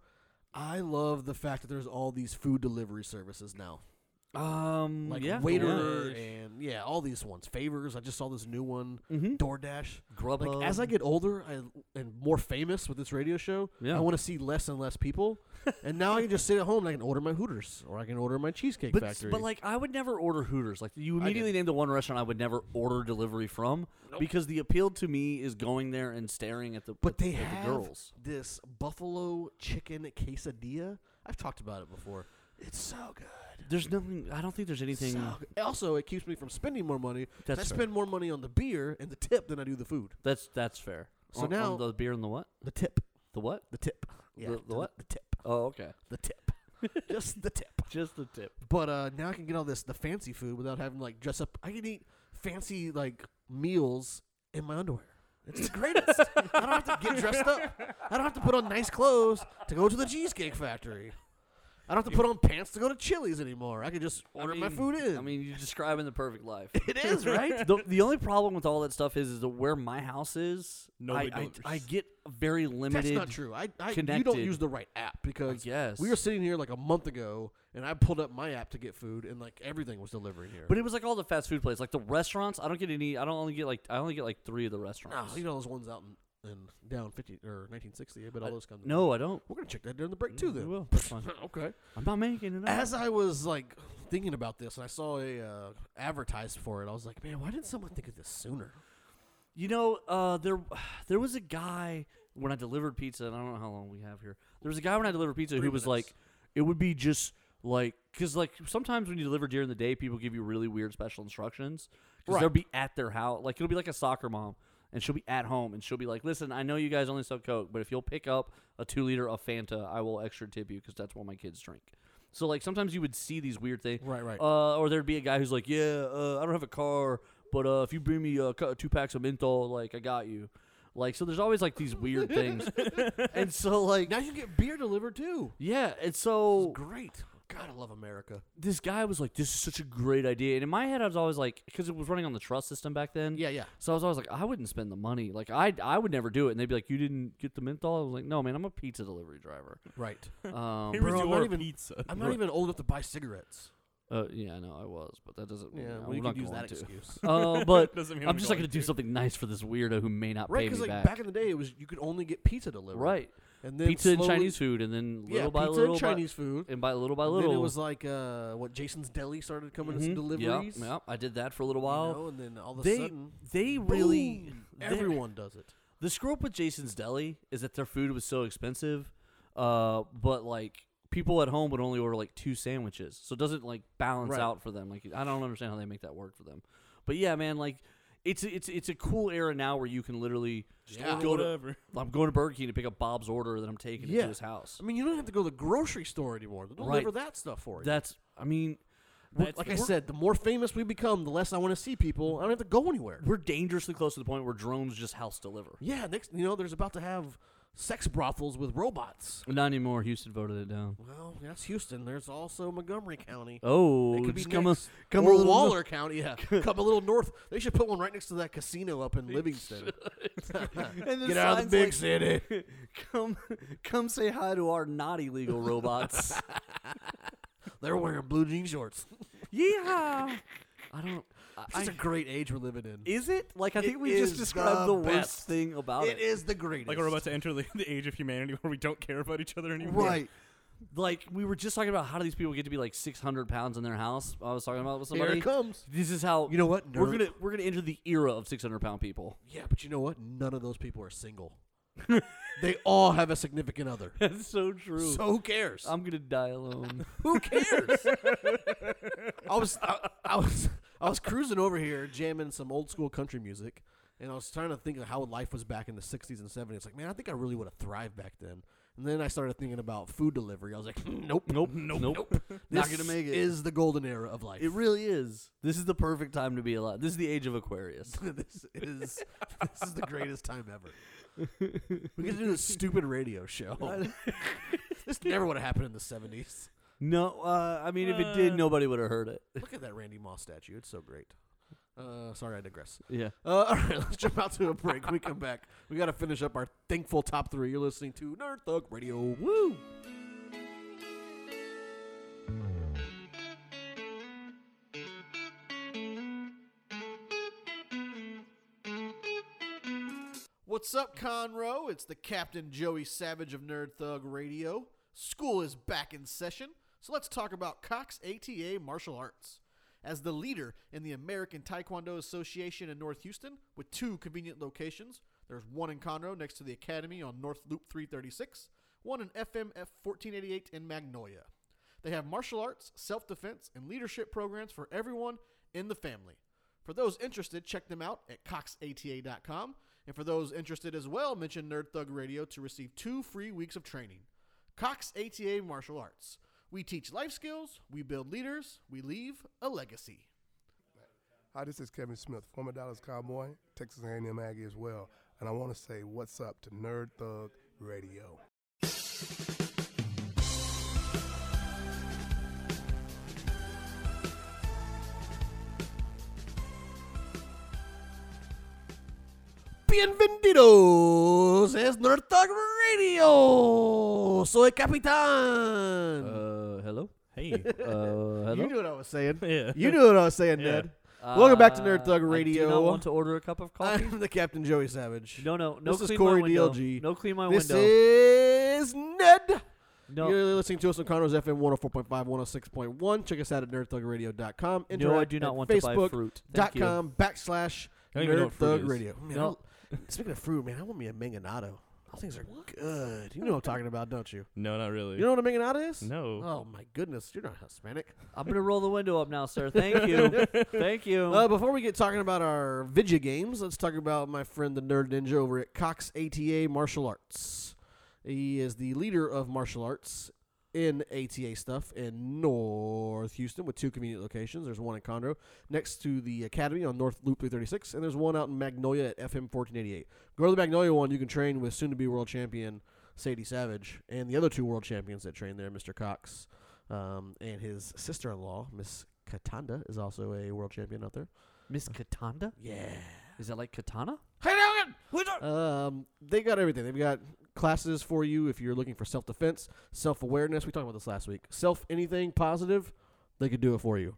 S5: I love the fact that there's all these food delivery services now,
S1: <laughs> um,
S5: like
S1: yeah,
S5: Waiter and yeah, all these ones. Favors. I just saw this new one.
S1: Mm-hmm.
S5: DoorDash. Like
S1: Grubhub.
S5: as
S1: <laughs>
S5: I get older I, and more famous with this radio show,
S1: Yeah.
S5: I want to see less and less people. and now I can just sit at home and I can order my Hooters or I can order my Cheesecake
S1: but,
S5: Factory.
S1: but like I would never order Hooters. Like you immediately named the one restaurant I would never order delivery from because the appeal to me is going there and staring at the
S5: But
S1: at the-
S5: they
S1: at
S5: have
S1: the girls.
S5: this buffalo chicken quesadilla. I've talked about it before. It's so good.
S1: There's nothing. I don't think there's anything.
S5: So good. Also, it keeps me from spending more money. 'cause
S1: That's
S5: I
S1: fair.
S5: spend more money on the beer and the tip than I do the food.
S1: That's that's fair.
S5: So
S1: On- on
S5: now-
S1: the beer and the what?
S5: The tip.
S1: The what?
S5: The tip. Yeah.
S1: The- the what?
S5: The tip.
S1: Oh, okay. <laughs>
S5: The tip. Just the tip.
S1: Just the tip.
S5: But uh, now I can get all this the fancy food without having to, like dress up. I can eat fancy like meals in my underwear. It's the greatest. I don't have to get dressed up. I don't have to put on nice clothes to go to the cheesecake factory. I don't have to put on pants to go to Chili's anymore. I can just order my food in.
S1: I mean, you're describing the perfect life.
S5: <laughs> it is right.
S1: <laughs> the, the only problem with all that stuff is, is that where my house is,
S3: Nobody
S1: I,
S3: knows.
S1: I, I get very
S5: That's
S1: limited.
S5: not true. I, I you don't
S1: connected.
S5: use the right app because
S1: guess.
S5: we were sitting here like a month ago, and I pulled up my app to get food, and like everything was delivering here.
S1: But it was like all the fast food places, like the restaurants. I don't get any. I don't only get like I only get like three of the
S5: no,
S1: restaurants.
S5: Ah, Oh, you know those ones out in, in down fifty or nineteen sixty. I bet all those come.
S1: no, I don't.
S5: We're gonna check that during the break too. Then
S1: We will. That's fine.
S5: <laughs> okay.
S1: I'm not making it. Up.
S5: As I was like thinking about this, and I saw a uh, advertised for it, I was like, man, why didn't someone think of this sooner?
S1: You know, uh, there <sighs> there was a guy when I delivered pizza, and I don't know how long we have here. There was a guy when I delivered pizza who was
S5: minutes.
S1: like, it would be just like because like sometimes when you deliver during the day, people give you really weird special instructions because
S5: Right.
S1: they'll be at their house. Like it'll be like a soccer mom. And she'll be at home, and she'll be like, "Listen, I know you guys only sell Coke, but if you'll pick up a two liter of Fanta, I will extra tip you because that's what my kids drink." So like sometimes you would see these weird things,
S5: Right, right.
S1: uh, or there'd be a guy who's like, "Yeah, uh, I don't have a car, but uh, if you bring me uh, cu- two packs of menthol, like I got you." Like so, there's always like these weird
S5: <laughs>
S1: things, and so like
S5: Now you get beer delivered too.
S1: yeah, and so
S5: Great. God, I love America.
S1: this guy was like, "This is such a great idea," and in my head, I was always like, because it was running on the trust system back then.
S5: Yeah, yeah.
S1: So I was always like, I wouldn't spend the money. Like I, I would never do it. And they'd be like, "You didn't get the menthol." I was like, "No, man, I'm a pizza delivery
S5: <laughs>
S1: driver."
S5: Right.
S1: Um,
S3: Here was
S5: Bro, I'm not
S3: your
S5: even-
S3: pizza. <laughs>
S5: I'm not even old enough to buy cigarettes.
S1: uh, yeah, I know I was, but that doesn't.
S5: Yeah,
S1: no,
S5: well, you
S1: we're not
S5: could use
S1: going
S5: that
S1: to.
S5: excuse.
S1: <laughs> Uh, but
S5: <laughs>
S3: Doesn't mean
S1: I'm
S3: I'm
S1: just not
S3: going
S1: going to do
S3: to.
S1: something nice for this weirdo who may not
S5: right,
S1: pay me
S5: because like
S1: back.
S5: back. in the day, it was you could only get pizza delivered.
S1: right.
S5: And then
S1: Pizza
S5: slowly-
S1: and Chinese food, and then little
S5: Yeah,
S1: by
S5: pizza
S1: little,
S5: and
S1: by-
S5: Chinese food.
S1: and by little by
S5: And
S1: little,
S5: Then it was like uh, what Jason's Deli started coming to some
S1: Mhm.
S5: deliveries.
S1: Yep, yep. I did that for a little
S5: you
S1: while.
S5: know, and then all of a
S1: they
S5: sudden,
S1: they really
S5: boom,
S1: they-
S5: everyone does it.
S1: The screw up with Jason's Deli is that their food was so expensive, uh, but like people at home would only order like two sandwiches, so it doesn't like balance
S5: Right.
S1: out for them. Like I don't understand how they make that work for them, but yeah, man, like it's it's it's a cool era now where you can literally
S5: Yeah.
S1: go to. <laughs>
S3: Whatever.
S1: I'm going to Burger King to pick up Bob's order that I'm taking it
S5: Yeah.
S1: to his house.
S5: I mean, you don't have to go to the grocery store anymore. They
S1: Right.
S5: deliver that stuff for you.
S1: That's I mean,
S5: We're-
S1: that's
S5: like
S1: the-
S5: I
S1: we're-
S5: said, the more famous we become, the less I want to see people. I don't have to go anywhere.
S1: we're dangerously close to the point where drones just house deliver.
S5: Yeah, next, you know, there's about to have sex brothels with robots.
S1: Not anymore. Houston voted it down.
S5: Well, that's Houston. There's also Montgomery County.
S1: Oh,
S5: It could be
S1: just come a,
S5: next.
S1: come
S5: or
S1: a little
S5: Waller
S1: <laughs>
S5: County. Yeah, come a little north. They should put one right next to that casino up in Livingston. Get out of the big city.
S1: <laughs> come come say hi to our not illegal robots. <laughs>
S5: They're wearing blue jean shorts.
S1: yeah. I don't
S5: <laughs> It's a great age we're living in.
S1: Is it? Like, I
S5: It
S1: think we just
S5: is
S1: described the,
S5: the
S1: worst
S5: best.
S1: thing about it.
S5: It is the greatest.
S3: Like we're about to enter the, the age of humanity where we don't care about each other anymore.
S5: right.
S1: Like, we were just talking about how do these people get to be like 600 pounds in their house. I was talking about with
S5: Here
S1: somebody.
S5: it comes.
S1: This is how
S5: You know what?
S1: we're
S5: Nerd-
S1: gonna we're gonna enter the era of 600 pound people. <laughs>
S5: Yeah, but you know what? None of those people are single. <laughs> they all have a significant other.
S1: That's so true. Um,
S5: So who cares?
S1: I'm gonna die alone.
S5: who cares? I was I, I was I was cruising over here jamming some old school country music, and I was trying to think of how life was back in the '60s and '70s. Like, man, I think I really would have thrived back then. And then I started thinking about food delivery. I was like, <laughs> nope,
S1: nope, nope, nope. Not
S5: this
S1: gonna make it.
S5: Is the golden era of
S1: <laughs>
S5: life.
S1: it really is. This is the perfect time to be alive. This is the age of Aquarius.
S5: <laughs> this is this is the greatest time ever. We could do a stupid radio show. this never would have happened in the seventies.
S1: <laughs> No, uh, I mean, if it did, nobody would have heard it.
S5: Look at that Randy Moss statue; it's so great. Uh, sorry, I digress.
S1: Yeah.
S5: Uh, <laughs> all right, let's jump out to a break. When we come back. We got to finish up our thankful top three. You're listening to Nerd Thug Radio. Woo! What's up, Conroe? It's the Captain Joey Savage of Nerd Thug Radio. School is back in session, so let's talk about Cox ATA Martial Arts. As the leader in the American Taekwondo Association in North Houston, with two convenient locations, there's one in Conroe next to the Academy on North Loop 336, one in FMF 1488 in Magnolia. They have martial arts, self defense, and leadership programs for everyone in the family. For those interested, check them out at coxata.com. And for those interested as well, mention Nerd Thug Radio to receive two free weeks of training. Cox ATA Martial Arts. We teach life skills, we build leaders, we leave a legacy.
S6: Hi, this is Kevin Smith, former Dallas Cowboy, Texas A&M Aggie as well, and I want to say what's up to Nerd Thug Radio.
S5: Bienvenidos, es Nerd Thug Radio. Soy Capitan.
S1: Uh, hello.
S5: <laughs>
S3: Hey.
S1: Uh, hello.
S5: you knew what I was saying.
S3: yeah.
S5: You knew what I was saying,
S3: Yeah.
S5: Ned. Welcome back to
S1: Uh,
S5: Nerd Thug Radio.
S1: I do not want to order a cup
S5: <laughs>
S1: of coffee.
S5: I'm the Captain Joey Savage.
S1: no, no, no.
S5: This is
S1: clean
S5: Corey
S1: my window.
S5: DLG.
S1: No, clean my
S5: this
S1: window.
S5: is Ned.
S1: no,
S5: You're listening to us on Conroe's FM 104.5, 106.1. Check us out at nerdthugradio.com.
S1: no. I do not want to buy fruit. Thank you.
S5: Facebook.com backslash
S3: I don't even know
S5: Nerd
S3: what fruit
S5: Thug
S3: is.
S5: Radio. Man,
S1: No.
S5: I- Speaking of fruit, man, I want me a manganado. Those things are good. You know what I'm talking about, don't you?
S3: No, not really.
S5: You know what a manganado
S3: <laughs>
S5: is?
S3: no.
S5: Oh, my goodness. You're not Hispanic.
S1: I'm gonna roll the window up now,
S5: <laughs>
S1: sir. Thank you. Thank you.
S5: Uh, before we get talking about our video games, let's talk about my friend the Nerd Ninja over at Cox ATA Martial Arts. He is the leader of martial arts in ATA stuff in North Houston with two convenient locations. There's one in Conroe next to the Academy on North Loop 336, and there's one out in Magnolia at FM 1488. Go to the Magnolia one, you can train with soon to be world champion Sadie Savage and the other two world champions that train there, Mr. Cox um, and his sister in law, Miss. Katanda is also a world champion out there.
S1: Miss Katanda?
S5: Yeah.
S1: Is that like katana?
S5: Um, they got everything. They've got classes for you if you're looking for self defense, self awareness. We talked about this last week. Self anything positive, they could do it for you.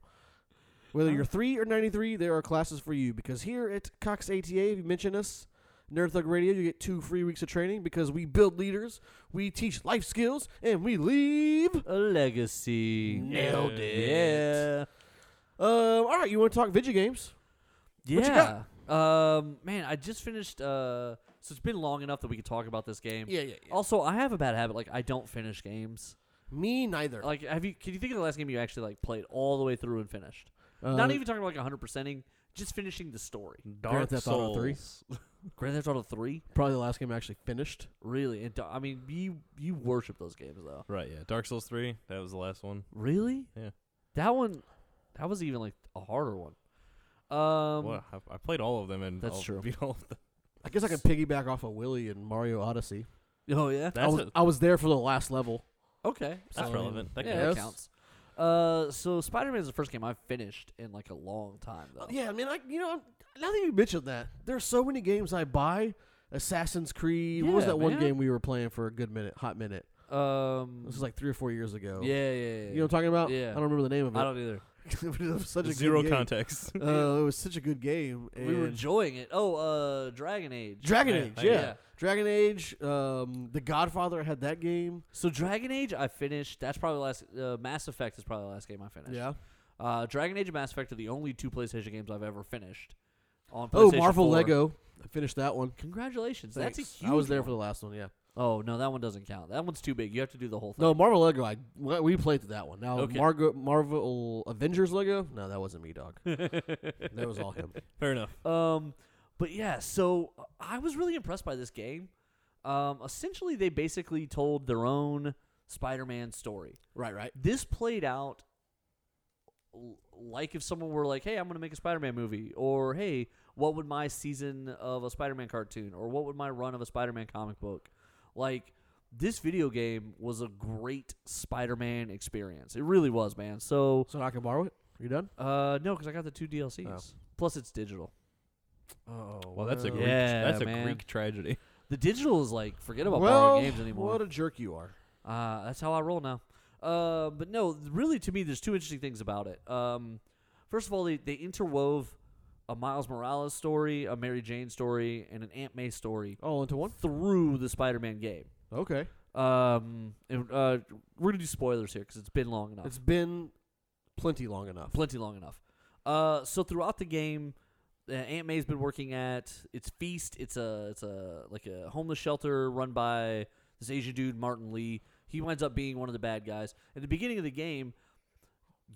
S5: Whether you're three or 93, there are classes for you because here at Cox ATA, if you mention us, Nerd Thug Radio, you get two free weeks of training because we build leaders, we teach life skills, and we leave.
S1: A legacy.
S5: Nailed it.
S1: Yeah.
S5: Um, all right, you want to talk video games?
S1: Yeah.
S5: you
S1: Um, man, I just finished. Uh, so it's been long enough that we could talk about this game.
S5: Yeah, yeah, yeah.
S1: Also, I have a bad habit. Like, I don't finish games.
S5: Me neither.
S1: Like, have you? Can you think of the last game you actually like played all the way through and finished?
S5: Uh,
S1: Not even talking about like 100 percenting. Just finishing the story.
S5: Grand
S3: Dark
S5: Theft Auto
S3: Souls.
S5: 3.
S1: Grand Theft Auto 3,
S5: Probably the last game I actually finished.
S1: really? And I mean, you you worship those games though.
S3: Right. Yeah. Dark Souls three. That was the last one.
S1: Really?
S3: Yeah.
S1: That one, that was even like a harder one. Um,
S3: well, I, I played all of them and
S1: That's
S3: all,
S1: true.
S3: <laughs> Beat all of them.
S5: I guess I can piggyback off of Willie and Mario Odyssey.
S1: Oh yeah. Oh,
S5: I
S3: That's
S5: was,
S3: a-
S5: I was there for the last level.
S1: okay.
S3: that's
S1: so-
S3: relevant. That
S1: yeah,
S3: counts.
S1: that counts. Uh, so Spider Man is the first game I've finished in like a long time though.
S5: Oh, Yeah, I mean, I, you know, I'm- now that you mentioned that, there's so many games I buy. Assassin's Creed. what was
S1: Yeah,
S5: that one
S1: man.
S5: game we were playing for a good minute, hot minute?
S1: Um.
S5: This was like three or four years ago.
S1: yeah, yeah, yeah.
S5: You know what I'm talking about?
S1: Yeah.
S5: I don't remember the name of it.
S1: I don't either.
S5: <laughs> it was such a
S3: Zero
S5: good
S1: <laughs>
S5: game.
S3: context.
S5: Uh, it was such a good game. And
S1: We were enjoying it. Oh, uh, Dragon Age. Uh,
S5: Dragon
S3: Yeah,
S5: Age,
S3: I-
S5: yeah.
S1: yeah.
S5: Dragon Age. Um, The Godfather had that game.
S1: so Dragon Age, I finished. That's probably the last. Uh, Mass Effect is probably the last game I finished.
S5: Yeah.
S1: Uh, Dragon Age and Mass Effect are the only two PlayStation games I've ever finished. On
S5: Oh,
S1: PlayStation
S5: Marvel
S1: 4.
S5: Lego. I finished that one.
S1: Congratulations. That's a
S5: Thanks.
S1: huge.
S5: I was there
S1: one.
S5: for the last one. Yeah.
S1: Oh no, that one doesn't count. That one's too big. You have to do the whole thing.
S5: No, Marvel Lego. I we we played through that one. Now
S1: Okay.
S5: Margo, Marvel Avengers Lego. No, that wasn't
S1: <laughs>
S5: me, dog. that was all him.
S3: Fair enough.
S1: Um, but yeah, so I was really impressed by this game. Um, essentially, they basically told their own Spider-Man story.
S5: Right, right.
S1: This played out l- like if someone were like, "Hey, I'm going to make a Spider-Man movie," or "Hey, what would my season of a Spider-Man cartoon, or what would my run of a Spider-Man comic book?" Like this video game was a great Spider-Man experience. It really was, man. So,
S5: So I can borrow it. You done?
S1: uh, no, because I got the two DLCs. Plus, it's digital.
S5: Oh,
S3: Well, that's a Greek,
S1: Greek- Yeah,
S3: that's
S1: that's
S3: a
S1: a man.
S3: Greek
S1: Greek <laughs>
S3: tragedy.
S1: The digital is like forget about
S5: well,
S1: borrowing games anymore.
S5: What a jerk you are.
S1: Uh, that's how I roll now. Uh, but no, really, to me, there's two interesting things about it. Um, first of all, they, they interwove a Miles Morales story, a Mary Jane story, and an Aunt May story
S5: All into one.
S1: through the Spider-Man game.
S5: Okay.
S1: Um, and, uh, we're gonna do spoilers here because it's been long enough.
S5: It's been plenty long enough.
S1: plenty long enough. Uh, so throughout the game, uh, Aunt May's been working at it's feast. It's a it's a like a homeless shelter run by this Asian dude Martin Lee. He winds up being one of the bad guys. At the beginning of the game,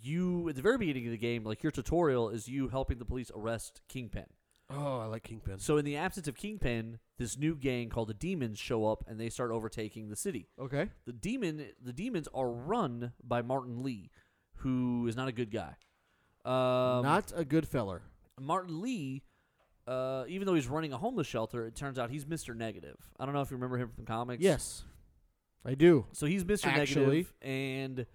S1: you at the very beginning of the game, like your tutorial is you helping the police arrest Kingpin.
S5: oh, I like Kingpin.
S1: So in the absence of Kingpin, this new gang called the Demons show up and they start overtaking the city
S5: Okay.
S1: the demon the demons are run by Martin Lee, who is not a good guy. Um,
S5: Not a good feller.
S1: Martin Lee. Uh, even though he's running a homeless shelter, it turns out he's Mr. Negative. I don't know if you remember him from comics.
S5: Yes, I
S1: <laughs>
S5: do.
S1: So he's Mr.
S5: Actually.
S1: Negative, and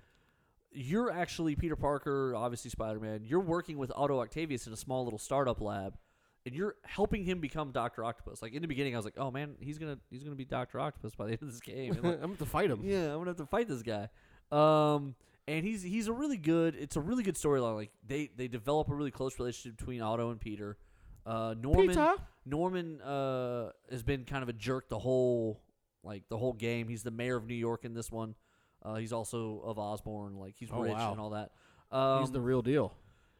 S1: you're actually Peter Parker, obviously Spider Man. You're working with Otto Octavius in a small little startup lab, and you're helping him become Doctor Octopus. Like in the beginning, I was like, "Oh man, he's gonna he's gonna be Doctor Octopus by the end of this game." And,
S5: I'm
S1: like,
S5: going to fight him.
S1: Yeah, I'm gonna have to fight this guy. Um, and he's he's a really good. It's a really good storyline. Like they they develop a really close relationship between Otto and Peter. Uh, Norman
S5: Peter.
S1: Norman uh has been kind of a jerk the whole like the whole game. He's the mayor of New York in this one. Uh, he's also of Osborne. Like he's
S5: Oh,
S1: rich
S5: wow.
S1: and all that. Um,
S5: He's the real deal.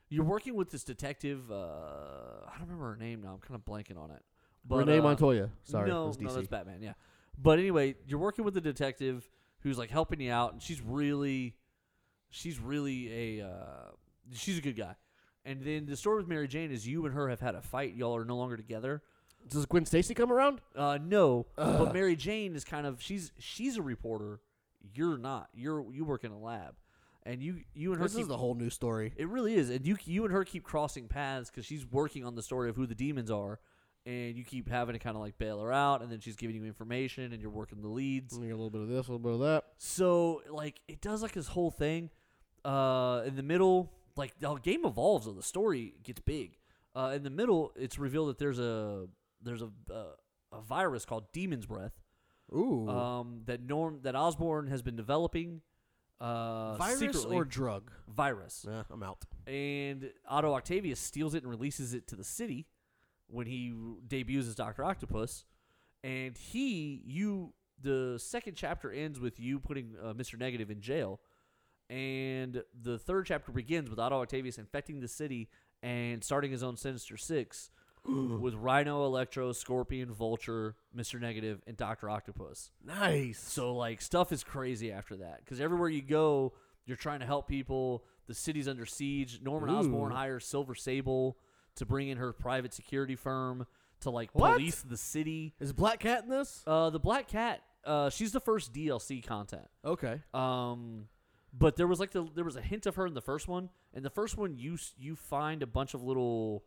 S1: you're working with this detective. Uh, I don't remember her name now. I'm kind of blanking on it. But,
S5: Renee
S1: uh,
S5: Montoya. Sorry,
S1: no,
S5: that's DC.
S1: no, that's Batman. Yeah, but anyway, you're working with a detective who's like helping you out, and she's really, she's really a, uh, she's a good guy. And then the story with Mary Jane is you and her have had a fight. Y'all are no longer together.
S5: Does Gwen Stacy come around?
S1: Uh, no, but Mary Jane is kind of she's she's a reporter. You're not. You're you work in a lab, and you you and her.
S5: This is
S1: keep-
S5: the whole new story.
S1: it really is, and you you and her keep crossing paths because she's working on the story of who the demons are, and you keep having to kind of like bail her out, and then she's giving you information, and you're working the leads.
S5: a little bit of this, a little bit of that.
S1: So like it does like this whole thing, uh, in the middle, like the whole game evolves, or the story gets big. Uh, in the middle, it's revealed that there's a there's a uh, a virus called Demon's Breath,
S5: Ooh,
S1: um, that Norm that Osborne has been developing, uh,
S5: virus
S1: secretly.
S5: or drug?
S1: virus
S5: Nah, I'm out.
S1: and Otto Octavius steals it and releases it to the city when he debuts as Doctor Octopus. And he, you, the second chapter ends with you putting uh, Mister Negative in jail, and the third chapter begins with Otto Octavius infecting the city and starting his own Sinister Six with Rhino, Electro, Scorpion, Vulture, Mister Negative, and Doctor Octopus.
S5: Nice.
S1: So like stuff is crazy after that because everywhere you go, you're trying to help people. The city's under siege. Norman Osborn hires Silver Sable to bring in her private security firm to like
S5: What?
S1: police the city.
S5: Is Black Cat in this?
S1: Uh, the Black Cat. Uh, she's the first DLC content.
S5: Okay.
S1: Um, but there was like the there was a hint of her in the first one. In the first one, you s- you find a bunch of little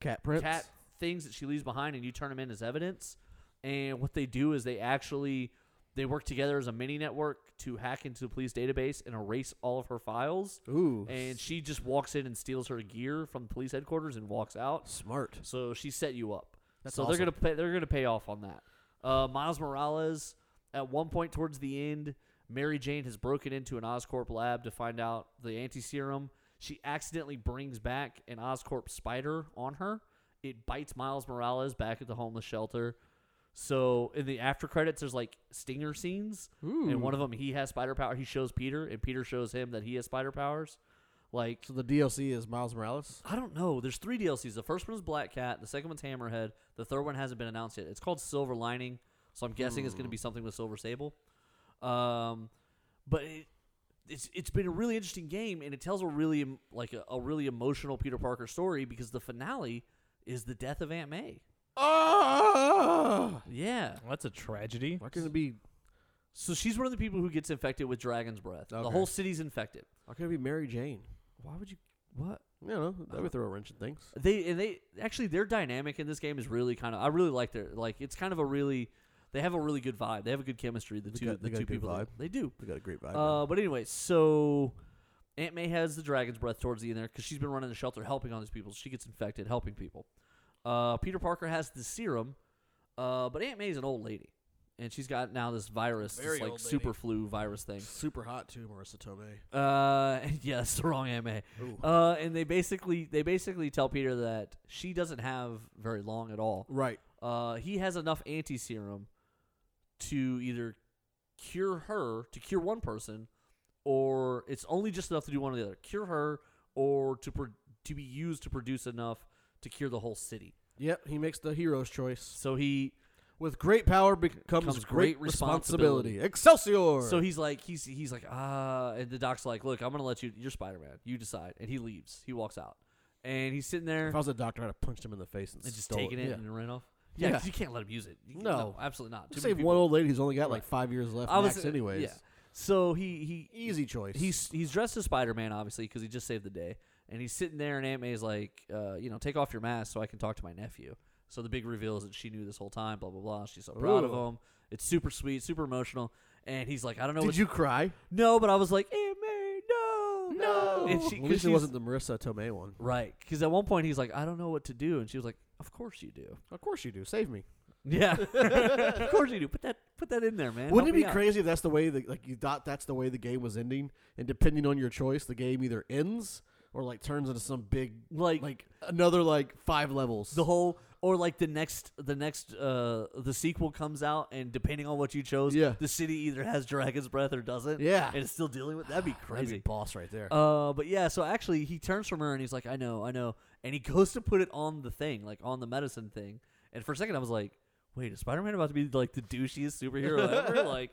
S5: Cat Prince.
S1: cat things that she leaves behind and you turn them in as evidence and what they do is they actually they work together as a mini network to hack into the police database and erase all of her files
S5: Ooh,
S1: and she just walks in and steals her gear from the police headquarters and walks out
S5: smart.
S1: so she set you up
S5: That's
S1: so
S5: awesome.
S1: they're gonna pay, they're gonna pay off on that uh, miles morales at one point towards the end mary jane has broken into an oscorp lab to find out the anti-serum She accidentally brings back an Oscorp spider on her. It bites Miles Morales back at the homeless shelter. So in the after credits, there's like stinger scenes, and one of them he has spider power. He shows Peter, and Peter shows him that he has spider powers. Like
S5: So the DLC is Miles Morales.
S1: I don't know. There's three DLCs. The first one is Black Cat. The second one's Hammerhead. The third one hasn't been announced yet. It's called Silver Lining, so I'm guessing it's going to be something with Silver Sable. Um, but it, it's it's been a really interesting game, and it tells a really em- like a, a really emotional Peter Parker story because the finale is the death of Aunt May.
S5: Oh!
S1: Yeah.
S3: Well, that's a tragedy.
S5: Why couldn't it be?
S1: So she's one of the people who gets infected with dragon's breath. The
S5: Okay.
S1: whole city's infected.
S5: Why couldn't it be Mary Jane?
S1: Why would you? What?
S5: You Uh, know, that would throw a wrench in things.
S1: They and they actually their dynamic in this game is really kind of I really like their like it's kind of a really they have a really good vibe. They have a good chemistry. The
S5: They
S1: two
S5: got-
S1: the
S5: they got a
S1: two
S5: good
S1: people that-
S5: vibe.
S1: they do.
S5: We got a great vibe.
S1: Uh, but anyway, so Aunt May has the dragon's breath towards the end there because she's been running the shelter, helping all these people. She gets infected, helping people. Uh, Peter Parker has the serum, uh, but Aunt May's an old lady, and she's got now this virus,
S5: Very
S1: this like
S5: old lady.
S1: super flu virus thing.
S5: Super hot too, Marissa Tomei.
S1: Uh, <laughs> yeah, it's the wrong MA.
S5: Ooh.
S1: Uh, and they basically they basically tell Peter that she doesn't have very long at all.
S5: Right.
S1: Uh, he has enough anti serum to either cure her to cure one person, or it's only just enough to do one or the other. Cure her, or to pro- to be used to produce enough to cure the whole city.
S5: Yep. He makes the hero's choice.
S1: So he
S5: With great power becomes
S1: Comes great
S5: great responsibility. Excelsior.
S1: So he's like, he's he's like, ah, and the doc's like, look, I'm gonna let you. You're Spider Man. You decide. And he leaves. He walks out, and he's sitting there
S5: if I was a doctor, I'd have punched him in the face and,
S1: and just
S5: stole
S1: taking it,
S5: Yeah.
S1: and ran off. Yeah,
S5: Yeah.
S1: 'cause you can't let him use it. You-
S5: No.
S1: absolutely not. Too
S5: Just
S1: many
S5: save one
S1: people-
S5: old lady who's only got
S1: Right.
S5: like five years left.
S1: I was-
S5: max anyways.
S1: Yeah. So he he
S5: Easy choice.
S1: He's he's dressed as Spider Man, obviously, because he just saved the day. And he's sitting there, and Aunt May's like, uh, you know, take off your mask so I can talk to my nephew. So the big reveal is that she knew this whole time. Blah blah blah. She's so proud of
S5: Ooh.
S1: him. It's super sweet, super emotional. And he's like, I don't know. what
S5: Did you cry?
S1: No, but I was like, Aunt May, no, no. And she,
S5: Well,
S1: cause
S5: at least it
S1: she's-
S5: wasn't the Marissa Tomei one.
S1: right because at one point he's like, I don't know what to do, and she was like, Of course you do.
S5: Of course you do. Save me.
S1: Yeah,
S5: <laughs>
S1: of course you do. Put that, put that in there, man.
S5: Wouldn't it
S1: Help
S5: be
S1: me out.
S5: crazy if that's the way that like you thought that's the way the game was ending, and depending on your choice, the game either ends or like turns into some big
S1: Like-
S5: like another like five levels.
S1: The whole, or like the next, the next, uh, the sequel comes out, and depending on what you chose,
S5: Yeah.
S1: the city either has dragon's breath or doesn't.
S5: <laughs> Yeah.
S1: and it's still dealing with. That'd be
S5: <sighs> That'd be
S1: crazy.
S5: boss right there.
S1: Uh, but yeah, so actually, he turns from her and he's like, "I know, I know," and he goes to put it on the thing, like on the medicine thing. And for a second, I was like, "Wait, is Spider-Man about to be like the douchiest superhero
S5: <laughs>
S1: ever? Like,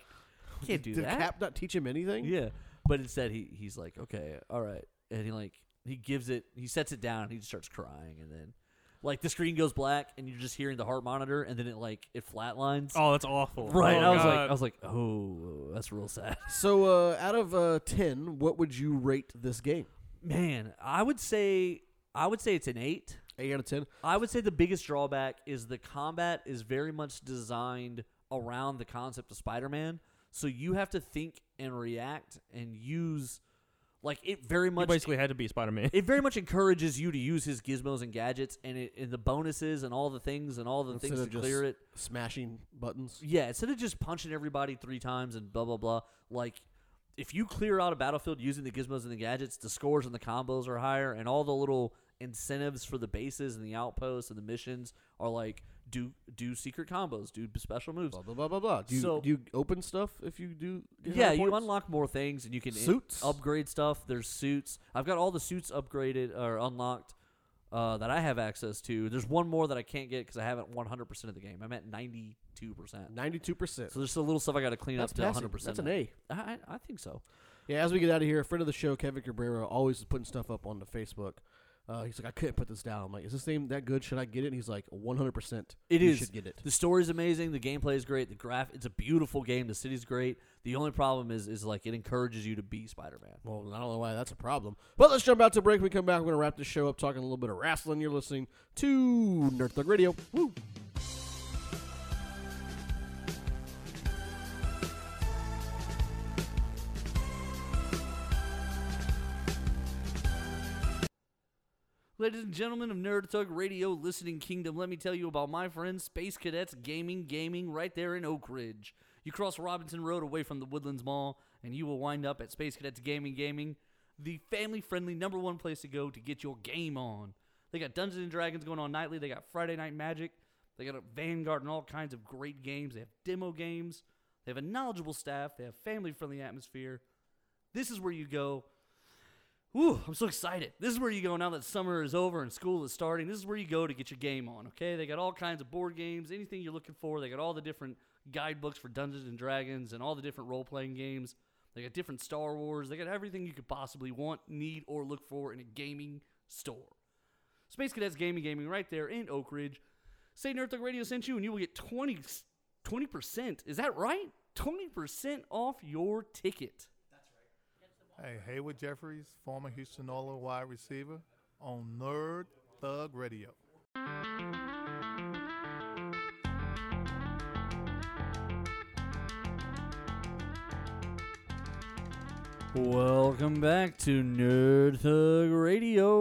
S1: you can't do
S5: Did
S1: that."
S5: Cap not teach him anything?
S1: Yeah, but instead, he he's like, "Okay, all right," and he like he gives it, he sets it down, and he just starts crying, and then like the screen goes black, and you're just hearing the heart monitor, and then it like it flatlines.
S3: Oh, that's awful.
S1: right,
S3: Oh,
S1: I was like,
S3: God.
S1: I was like, "Oh, that's real sad." <laughs>
S5: So uh, out of uh, ten, what would you rate this game?
S1: Man, I would say I would say it's an eight.
S5: Eight out of ten.
S1: I would say the biggest drawback is the combat is very much designed around the concept of Spider-Man, so you have to think and react and use like it very
S3: you
S1: much
S3: basically had to be
S1: <laughs>
S3: Spider Man.
S1: it very much encourages you to use his gizmos and gadgets and, it, and the bonuses and all the things and all the
S5: Instead
S1: things
S5: of
S1: to
S5: just
S1: clear it.
S5: smashing buttons.
S1: Yeah, instead of just punching everybody three times and blah blah blah, like if you clear out a battlefield using the gizmos and the gadgets, the scores and the combos are higher, and all the little incentives for the bases and the outposts and the missions are like do do secret combos, do special moves.
S5: Blah blah blah blah blah. Do you,
S1: So-
S5: do you open stuff if you do? get
S1: Yeah,
S5: high
S1: you
S5: points?
S1: unlock more things, and you can in-
S5: Suits?
S1: upgrade stuff. There's suits. I've got all the suits upgraded or unlocked uh, that I have access to. There's one more that I can't get because I haven't 100 percent of the game. I'm at 92 percent.
S5: ninety-two percent.
S1: So there's still little stuff I got to clean
S5: That's
S1: up to 100.
S5: passing.
S1: percent
S5: That's an A.
S1: I, I I think so.
S5: Yeah, as we get out of here, a friend of the show, Kevin Cabrera, always is putting stuff up on the Facebook. Uh, he's like, I couldn't put this down. I'm like, is this name that good? Should I get it? And he's like, 100%.
S1: It
S5: you
S1: is.
S5: should get it.
S1: The story's amazing. The gameplay is great. The graph. It's a beautiful game. The city's great. The only problem is is like it encourages you to be Spider Man.
S5: Well, I don't know why that's a problem. But let's jump out to break. When we come back, we're going to wrap this show up talking a little bit of wrestling. You're listening to Nerd Thug Radio. Woo!
S1: Ladies and gentlemen of Nerd Thug Radio Listening Kingdom, let me tell you about my friends Space Cadets Gaming Gaming right there in Oak Ridge. You cross Robinson Road away from the Woodlands Mall, and you will wind up at Space Cadets Gaming Gaming. the family friendly number one place to go to get your game on. They got Dungeons and Dragons going on nightly. They got Friday Night Magic. They got a Vanguard and all kinds of great games. They have demo games. They have a knowledgeable staff. They have family friendly atmosphere. This is where you go. Ooh, I'm so excited. This is where you go now that summer is over and school is starting. This is where you go to get your game on, okay? They got all kinds of board games, anything you're looking for. They got all the different guidebooks for Dungeons and Dragons and all the different role playing games. They got different Star Wars. They got everything you could possibly want, need, or look for in a gaming store. Space Cadets Gaming Gaming right there in Oak Ridge. Say Nerd Thug Radio sent you, and you will get 20, 20%. Is that right? 20% off your ticket.
S7: Hey, Hayward Jeffries, former Houston Oilers wide receiver, on Nerd Thug Radio.
S1: Welcome back to Nerd Thug Radio.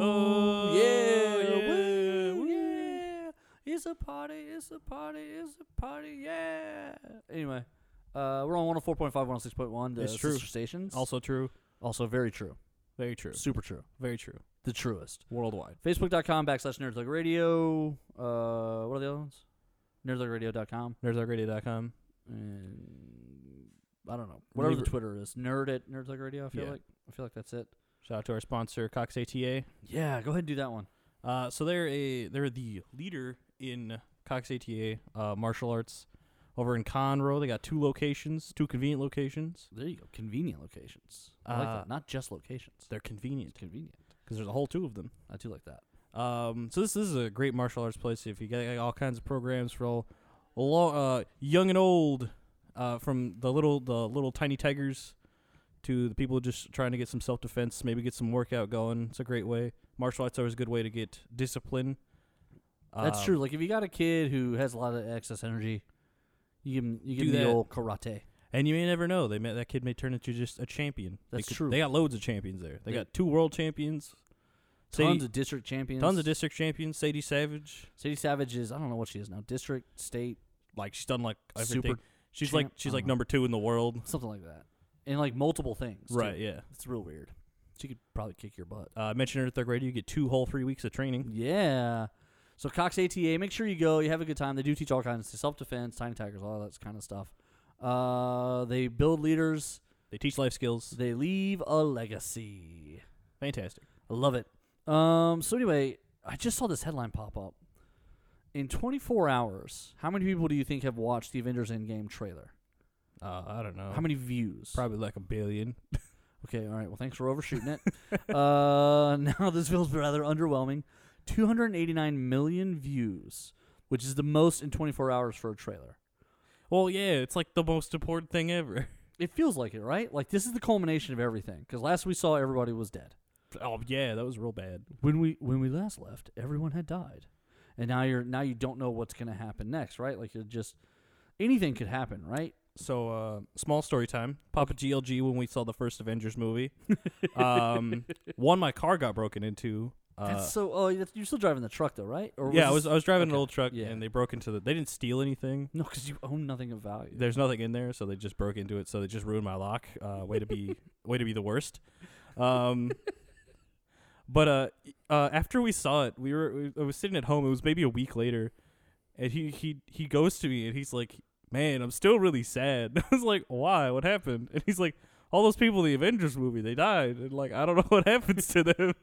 S3: Oh,
S1: yeah,
S3: yeah,
S1: woo,
S3: woo.
S1: yeah. It's a party, it's a party, it's a party, yeah. Anyway, uh, we're on 104.5, 106.1, the
S2: It's true.
S1: sister stations.
S2: Also true.
S1: also very true.
S2: Very true.
S1: Super true.
S2: Very true.
S1: The truest.
S2: Worldwide.
S1: Facebook.com backslash Nerd Thug Radio. Uh, what are the other ones? NerdThugRadio.com.
S2: NerdTalkRadio.com.
S1: And I don't know. Whatever
S2: Leave
S1: the Twitter is. Nerd at Nerd Thug Radio, I feel
S2: Yeah.
S1: like. I feel like that's it.
S2: Shout out to our sponsor, Cox ATA.
S1: Yeah, go ahead and do that one.
S2: Uh, so they're a they're the leader in Cox ATA uh, martial arts over in Conroe. They got two locations, two convenient locations.
S1: There you go. Convenient locations. I like
S2: Uh,
S1: that. Not just locations.
S2: They're convenient
S1: It's convenient.
S2: because there's a whole two of them.
S1: I do like that.
S2: Um, so this this is a great martial arts place. If you got like, all kinds of programs for all, lo- uh, young and old, uh, from the little the little tiny tigers to the people just trying to get some self defense, maybe get some workout going. It's a great way. Martial arts are always a good way to get discipline.
S1: That's
S2: Um,
S1: true. Like if you got a kid who has a lot of excess energy, you give 'em- you give
S2: Do
S1: 'em the
S2: that.
S1: old karate.
S2: And you may never know. They may, that kid may turn into just a champion.
S1: That's
S2: they could-
S1: true.
S2: They got loads of champions there. They
S1: They-
S2: got two world champions. Sadie-
S1: Tons of district champions.
S2: tons of district champions. Sadie Savage,
S1: Sadie Savage is I don't know what she is now. District, state,
S2: like she's done like
S1: Super
S2: everything. she's
S1: champ-
S2: like she's
S1: I
S2: like
S1: don't
S2: number two in the world.
S1: something like that, and like multiple things. too.
S2: Right. Yeah.
S1: It's real weird. She could probably kick your butt.
S2: Uh, I mentioned it at third grade. You get two whole free weeks of training.
S1: Yeah. So Cox ATA, make sure you go. You have a good time. They do teach all kinds of self defense, tiny tigers, all that kind of stuff. Uh, they build leaders.
S2: They teach life skills.
S1: They leave a legacy.
S2: Fantastic.
S1: I love it. Um, so anyway, I just saw this headline pop up. In 24 hours, how many people do you think have watched the Avengers Endgame trailer?
S2: Uh, I don't know.
S1: How many views?
S2: <laughs> Probably like a billion.
S1: Okay, all right. Well, thanks for overshooting it. <laughs> uh, now this feels rather underwhelming. 289 million views, which is the most in 24 hours for a trailer.
S2: Well, yeah, it's like the most important thing ever. <laughs>
S1: It feels like it, right? Like this is the culmination of everything. Because last we saw, everybody was dead.
S2: Oh yeah, that was real bad.
S1: When we when we last left, everyone had died, and now you're now you don't know what's gonna happen next, right? Like it just anything could happen, right?
S2: So, uh, small story time. Papa GLG when we saw the first
S1: <laughs>
S2: Avengers movie. um, one, my car got broken into. Uh,
S1: That's so. Oh, that's, you're still driving the truck though, right? Or
S2: yeah, I
S1: this-
S2: was I was driving an
S1: okay,
S2: old truck
S1: yeah.
S2: and they broke into the. They didn't steal anything.
S1: no, because you own nothing of value.
S2: There's nothing in there, so they just broke into it. So they just ruined my lock. Uh, way to
S1: <laughs>
S2: be way to be the worst. Um, but uh, uh, after we saw it, we were we, I was sitting at home. It was maybe a week later, and he he he goes to me and he's like, "Man, I'm still really sad." <laughs> I was like, "Why? What happened?" And he's like, "All those people in the Avengers movie, they died, and like I don't know <laughs> what happens
S1: <laughs>
S2: to them."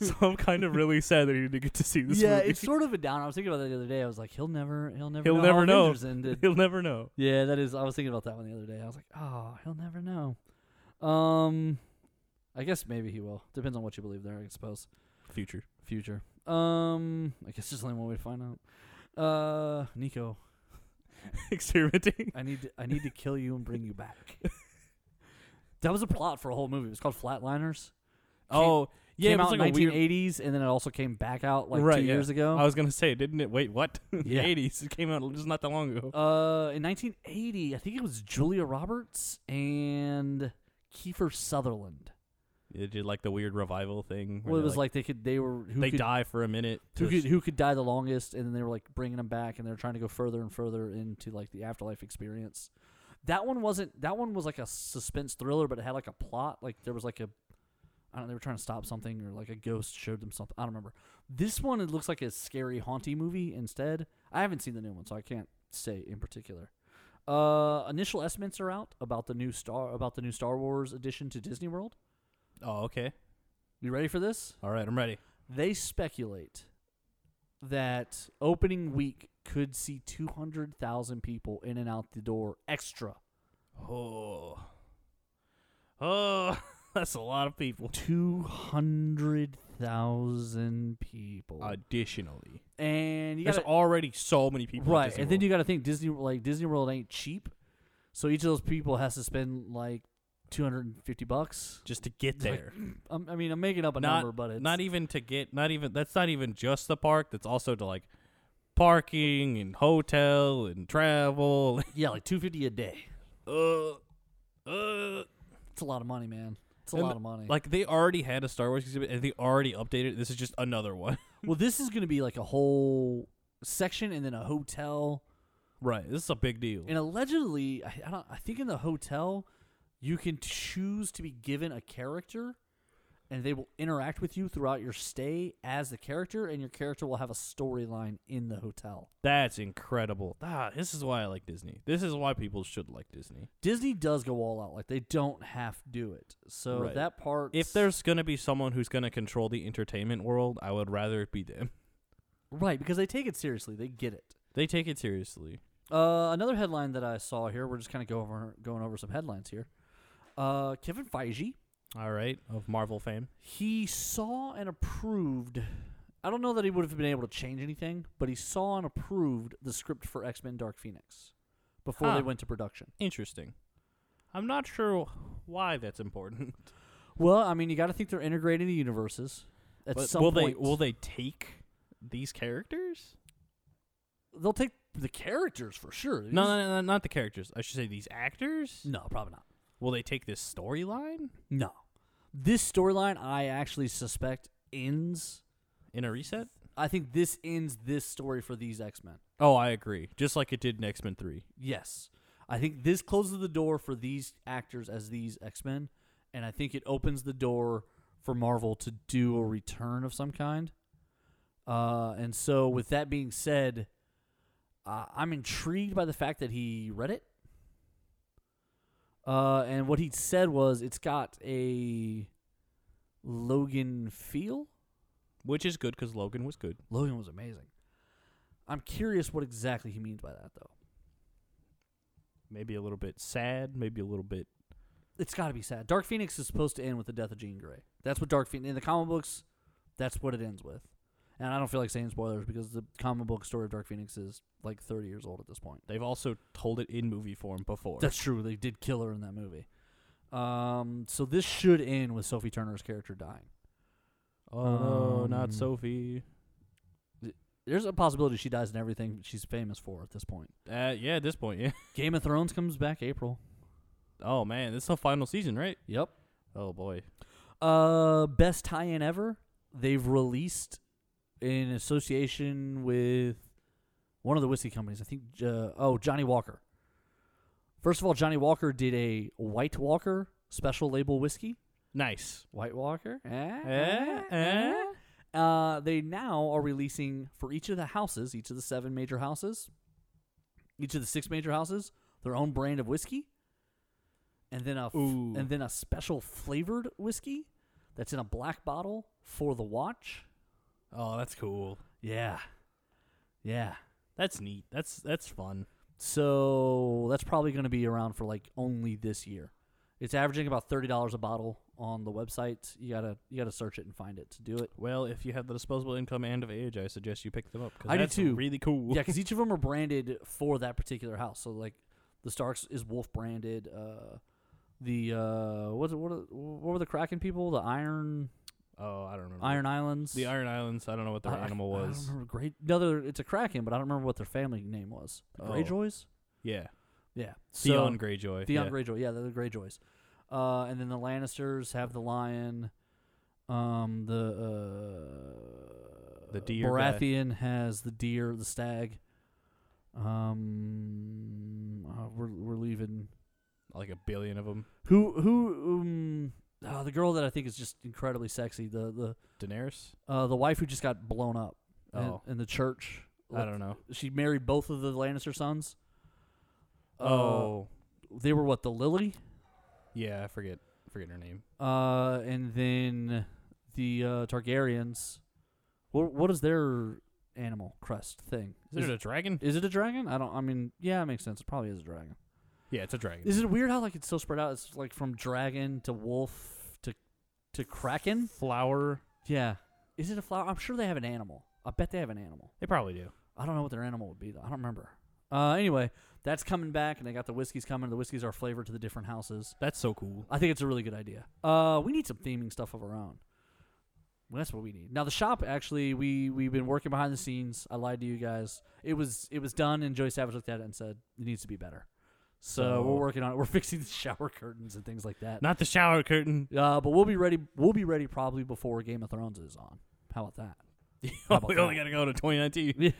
S2: so I'm kind of really sad that he didn't get to see this
S1: yeah,
S2: movie.
S1: it's sort of a down. I was thinking about that the other day. I was like, he'll never, he'll never,
S2: He'll
S1: know
S2: never
S1: how
S2: know.
S1: Avengers
S2: <laughs>
S1: ended.
S2: He'll never know.
S1: yeah, that is. I was thinking about that one the other day. I was like, oh, he'll never know. Um, I guess maybe he will. Depends on what you believe there, I suppose.
S2: Future.
S1: Future. Um, I guess there's only one way to find out. Uh, Nico,
S2: <laughs> Experimenting.
S1: I need, to, I need to kill you and bring you
S2: <laughs>
S1: back. that was a plot for a whole movie. It was called Flatliners. Came-
S2: oh, yeah,
S1: came
S2: it was
S1: out
S2: like
S1: in
S2: a weird-
S1: 1980s, and then it also came back out like
S2: Right,
S1: two
S2: yeah.
S1: years ago.
S2: I was gonna say, didn't it? Wait, what? <laughs>
S1: Yeah.
S2: the eighties. It came out just not that long ago.
S1: Uh, in 1980, I think it was Julia Roberts and Kiefer Sutherland.
S2: It did like the weird revival thing. where
S1: Well, it
S2: they,
S1: was like, they could they were who
S2: they
S1: could,
S2: die for a minute.
S1: who
S2: to-
S1: could who could die the longest, and then they were like bringing them back, and they're trying to go further and further into like the afterlife experience. That one wasn't. That one was like a suspense thriller, but it had like a plot. Like there was like a, I don't. know, They were trying to stop something, or like a ghost showed them something. I don't remember. This one it looks like a scary, haunty movie instead. I haven't seen the new one, so I can't say in particular. Uh, initial estimates are out about the new star about the new Star Wars addition to Disney World.
S2: Oh, okay.
S1: You ready for this?
S2: All right, I'm ready.
S1: They speculate that opening week could see 200,000 people in and out the door extra.
S2: Oh. Oh, <laughs> that's a lot of people.
S1: 200,000 people.
S2: Additionally,
S1: and you
S2: there's
S1: got
S2: already so many people. at
S1: right,
S2: Disney
S1: and then
S2: World.
S1: you got to think Disney like Disney World ain't cheap. So each of those people has to spend like 250 bucks.
S2: just to get
S1: Like,
S2: there.
S1: I'm, I mean, I'm making up a
S2: not,
S1: number, but it's
S2: not e-, even to get. Not even that's not even just the park. That's also to like parking and hotel and <laughs> travel.
S1: yeah, like 250 a day.
S2: uh, uh.
S1: It's a lot of money, man. It's a
S2: And,
S1: lot of money.
S2: Like they already had a Star Wars exhibit and they already updated. it. This is just another one. <laughs>
S1: well, this is going to be like a whole section and then a hotel.
S2: right. This is a big deal.
S1: And allegedly, I, I don't. I think in the hotel, you can choose to be given a character, and they will interact with you throughout your stay as the character, and your character will have a storyline in the hotel.
S2: That's incredible. Ah, this is why I like Disney. This is why people should like Disney.
S1: Disney does go all out; like they don't have to do it. So
S2: Right.
S1: that part,
S2: If there's gonna be someone who's gonna control the entertainment world, I would rather it be them. <laughs>
S1: right, because they take it seriously, they get it.
S2: They take it seriously.
S1: Uh, another headline that I saw here. We're just kind of go over, going over some headlines here. Uh, Kevin Feige
S2: All right, of Marvel fame.
S1: he saw and approved i don't know that he would have been able to change anything but he saw and approved the script for x-men dark phoenix before they
S2: Huh.
S1: went to production
S2: Interesting. I'm not sure why that's important. <laughs>
S1: well i mean you got to think they're integrating the universes at
S2: But
S1: some
S2: will
S1: point
S2: they will they take these characters?
S1: they'll take the characters for sure
S2: No, no, no, no, not the characters. I should say these actors.
S1: no probably not
S2: Will they take this storyline
S1: no this storyline i actually suspect ends
S2: in a reset?
S1: i think this ends this story for these x-men
S2: Oh, I agree. Just like it did in X Men Three.
S1: Yes. I think this closes the door for these actors as these X Men, and I think it opens the door for Marvel to do a return of some kind. Uh, and so, with that being said, uh, I'm intrigued by the fact that he read it. Uh, and what he said was it's got a Logan feel.
S2: which is good because Logan was good.
S1: Logan was amazing. I'm curious what exactly he means by that, though.
S2: Maybe a little bit sad. Maybe a little bit.
S1: it's got to be sad. Dark Phoenix is supposed to end with the death of Jean Grey. That's what Dark Phoenix in the comic books. That's what it ends with. And I don't feel like saying spoilers because the comic book story of Dark Phoenix is like 30 years old at this point.
S2: They've also told it in movie form before.
S1: That's true. They did kill her in that movie. Um, so this should end with Sophie Turner's character dying.
S2: oh no,
S1: Um,
S2: not Sophie.
S1: There's a possibility she dies in everything she's famous for at this point.
S2: Uh, yeah, at this point, yeah. <laughs>
S1: Game of Thrones comes back April.
S2: Oh man, this is the final season, right?
S1: Yep.
S2: Oh boy.
S1: Uh, best tie-in ever. They've released in association with one of the whiskey companies. I think. Uh, oh, Johnny Walker. First of all, Johnny Walker did a White Walker special label whiskey.
S2: Nice.
S1: White Walker. Eh,
S2: Eh,
S1: eh,
S2: eh.
S1: eh. Uh, they now are releasing for each of the houses, each of the seven major houses, each of the six major houses, their own brand of whiskey, and then a f-
S2: Ooh.
S1: and then a special flavored whiskey that's in a black bottle for the watch.
S2: Oh, that's cool.
S1: Yeah, yeah.
S2: That's neat. That's that's fun.
S1: So that's probably going to be around for like only this year. It's averaging about thirty dollars a bottle on the website. You gotta you gotta search it and find it to do it.
S2: Well, if you have the disposable income and of age, I suggest you pick them up. 'cause
S1: I do
S2: that's
S1: too.
S2: Really cool. <laughs>
S1: yeah, because each of them are branded for that particular house. So like, the Starks is Wolf branded. Uh, the uh, what what are- what were the Kraken people? The Iron
S2: Oh, I don't remember.
S1: Iron Islands.
S2: The Iron Islands. I don't know what their
S1: I- I-
S2: animal
S1: I don't
S2: was.
S1: remember great. No, they're- it's a Kraken, but I don't remember what their family name was. The
S2: Oh.
S1: Greyjoys.
S2: yeah.
S1: Yeah. So,
S2: Theon <laughs> Greyjoy.
S1: Theon
S2: yeah.
S1: Greyjoy. Yeah, they're the Greyjoys. Uh, and then the Lannisters have the lion. Um, the uh,
S2: The deer guy.
S1: Baratheon has the deer, the stag. Um, uh, we're we're leaving
S2: like a billion of them.
S1: Who who um ah, the girl that I think is just incredibly sexy. The the
S2: Daenerys.
S1: uh, the wife who just got blown up in-
S2: Oh.
S1: in, the church.
S2: I don't know.
S1: She married both of the Lannister sons. Uh,
S2: oh,
S1: they were what the Lily,
S2: yeah. I forget. Forget her name.
S1: uh, and then the uh, Targaryens. What what is their animal crest thing?
S2: Is, it a dragon?
S1: Is it a dragon? I don't. I mean, yeah, it makes sense. It probably is a dragon.
S2: yeah, it's a dragon.
S1: Is it weird how like it's so spread out? It's like from dragon to wolf to to kraken.
S2: Flower.
S1: Yeah. Is it a flower? I'm sure they have an animal. I bet they have an animal.
S2: They probably do.
S1: I don't know what their animal would be though. I don't remember. Uh, anyway, that's coming back, and they got the whiskeys coming. The whiskeys are flavored to the different houses.
S2: That's so cool.
S1: I think it's a really good idea. Uh, we need some theming stuff of our own. Well, that's what we need. Now the shop actually, we we've been working behind the scenes. I lied to you guys. It was it was done, and Joey Savage looked at it and said it needs to be better. So,
S2: So-
S1: we're working on it. We're <laughs> fixing the shower curtains and things like that.
S2: Not the shower curtain. <laughs>
S1: Uh, but we'll be ready. We'll be ready probably before Game of Thrones is on. How about that? How about
S2: we only
S1: that?
S2: got to go to 2019.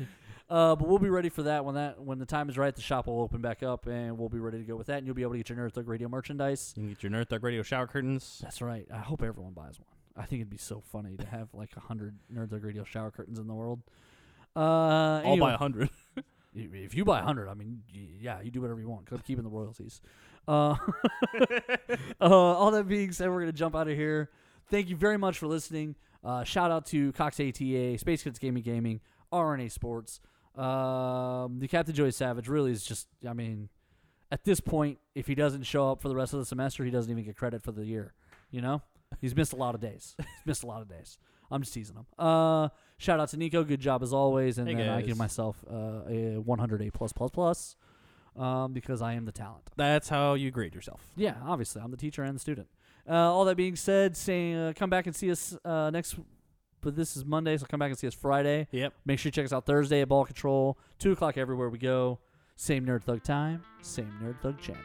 S1: Uh, but we'll be ready for that when that when the time is right. The shop will open back up, and we'll be ready to go with that. And you'll be able to get your Nerd Thug Radio merchandise.
S2: You can get your Nerd Thug Radio shower curtains.
S1: That's right. I hope everyone buys one. I think it'd be so funny to have like a hundred Nerd Thug Radio shower curtains in the world. Uh,
S2: All by
S1: anyway,
S2: a hundred. <laughs>
S1: if you buy a hundred, I mean, y- yeah, you do whatever you want. 'cause I'm keeping the royalties. Uh, <laughs> uh, all that being said, we're gonna jump out of here. Thank you very much for listening. Uh, shout out to Cox ATA, Space Kids Gaming Gaming, RNA Sports. Um, the Captain Joey Savage really is just. I mean, at this point, if he doesn't show up for the rest of the semester, he doesn't even get credit for the year. You know, he's missed a lot of days. He's missed a lot of days. I'm just teasing him. Uh, shout out to Nico. Good job as always. And
S2: Hey,
S1: then I
S2: guys.
S1: give myself uh, a 100 A plus plus plus um, because I am the talent.
S2: That's how you grade yourself.
S1: Yeah, obviously, I'm the teacher and the student. Uh, all that being said, saying uh, come back and see us uh, next. But this is Monday, so come back and see us Friday.
S2: Yep.
S1: Make sure you check us out Thursday at Ball Control, two o'clock everywhere we go. Same nerd thug time, same nerd thug channel.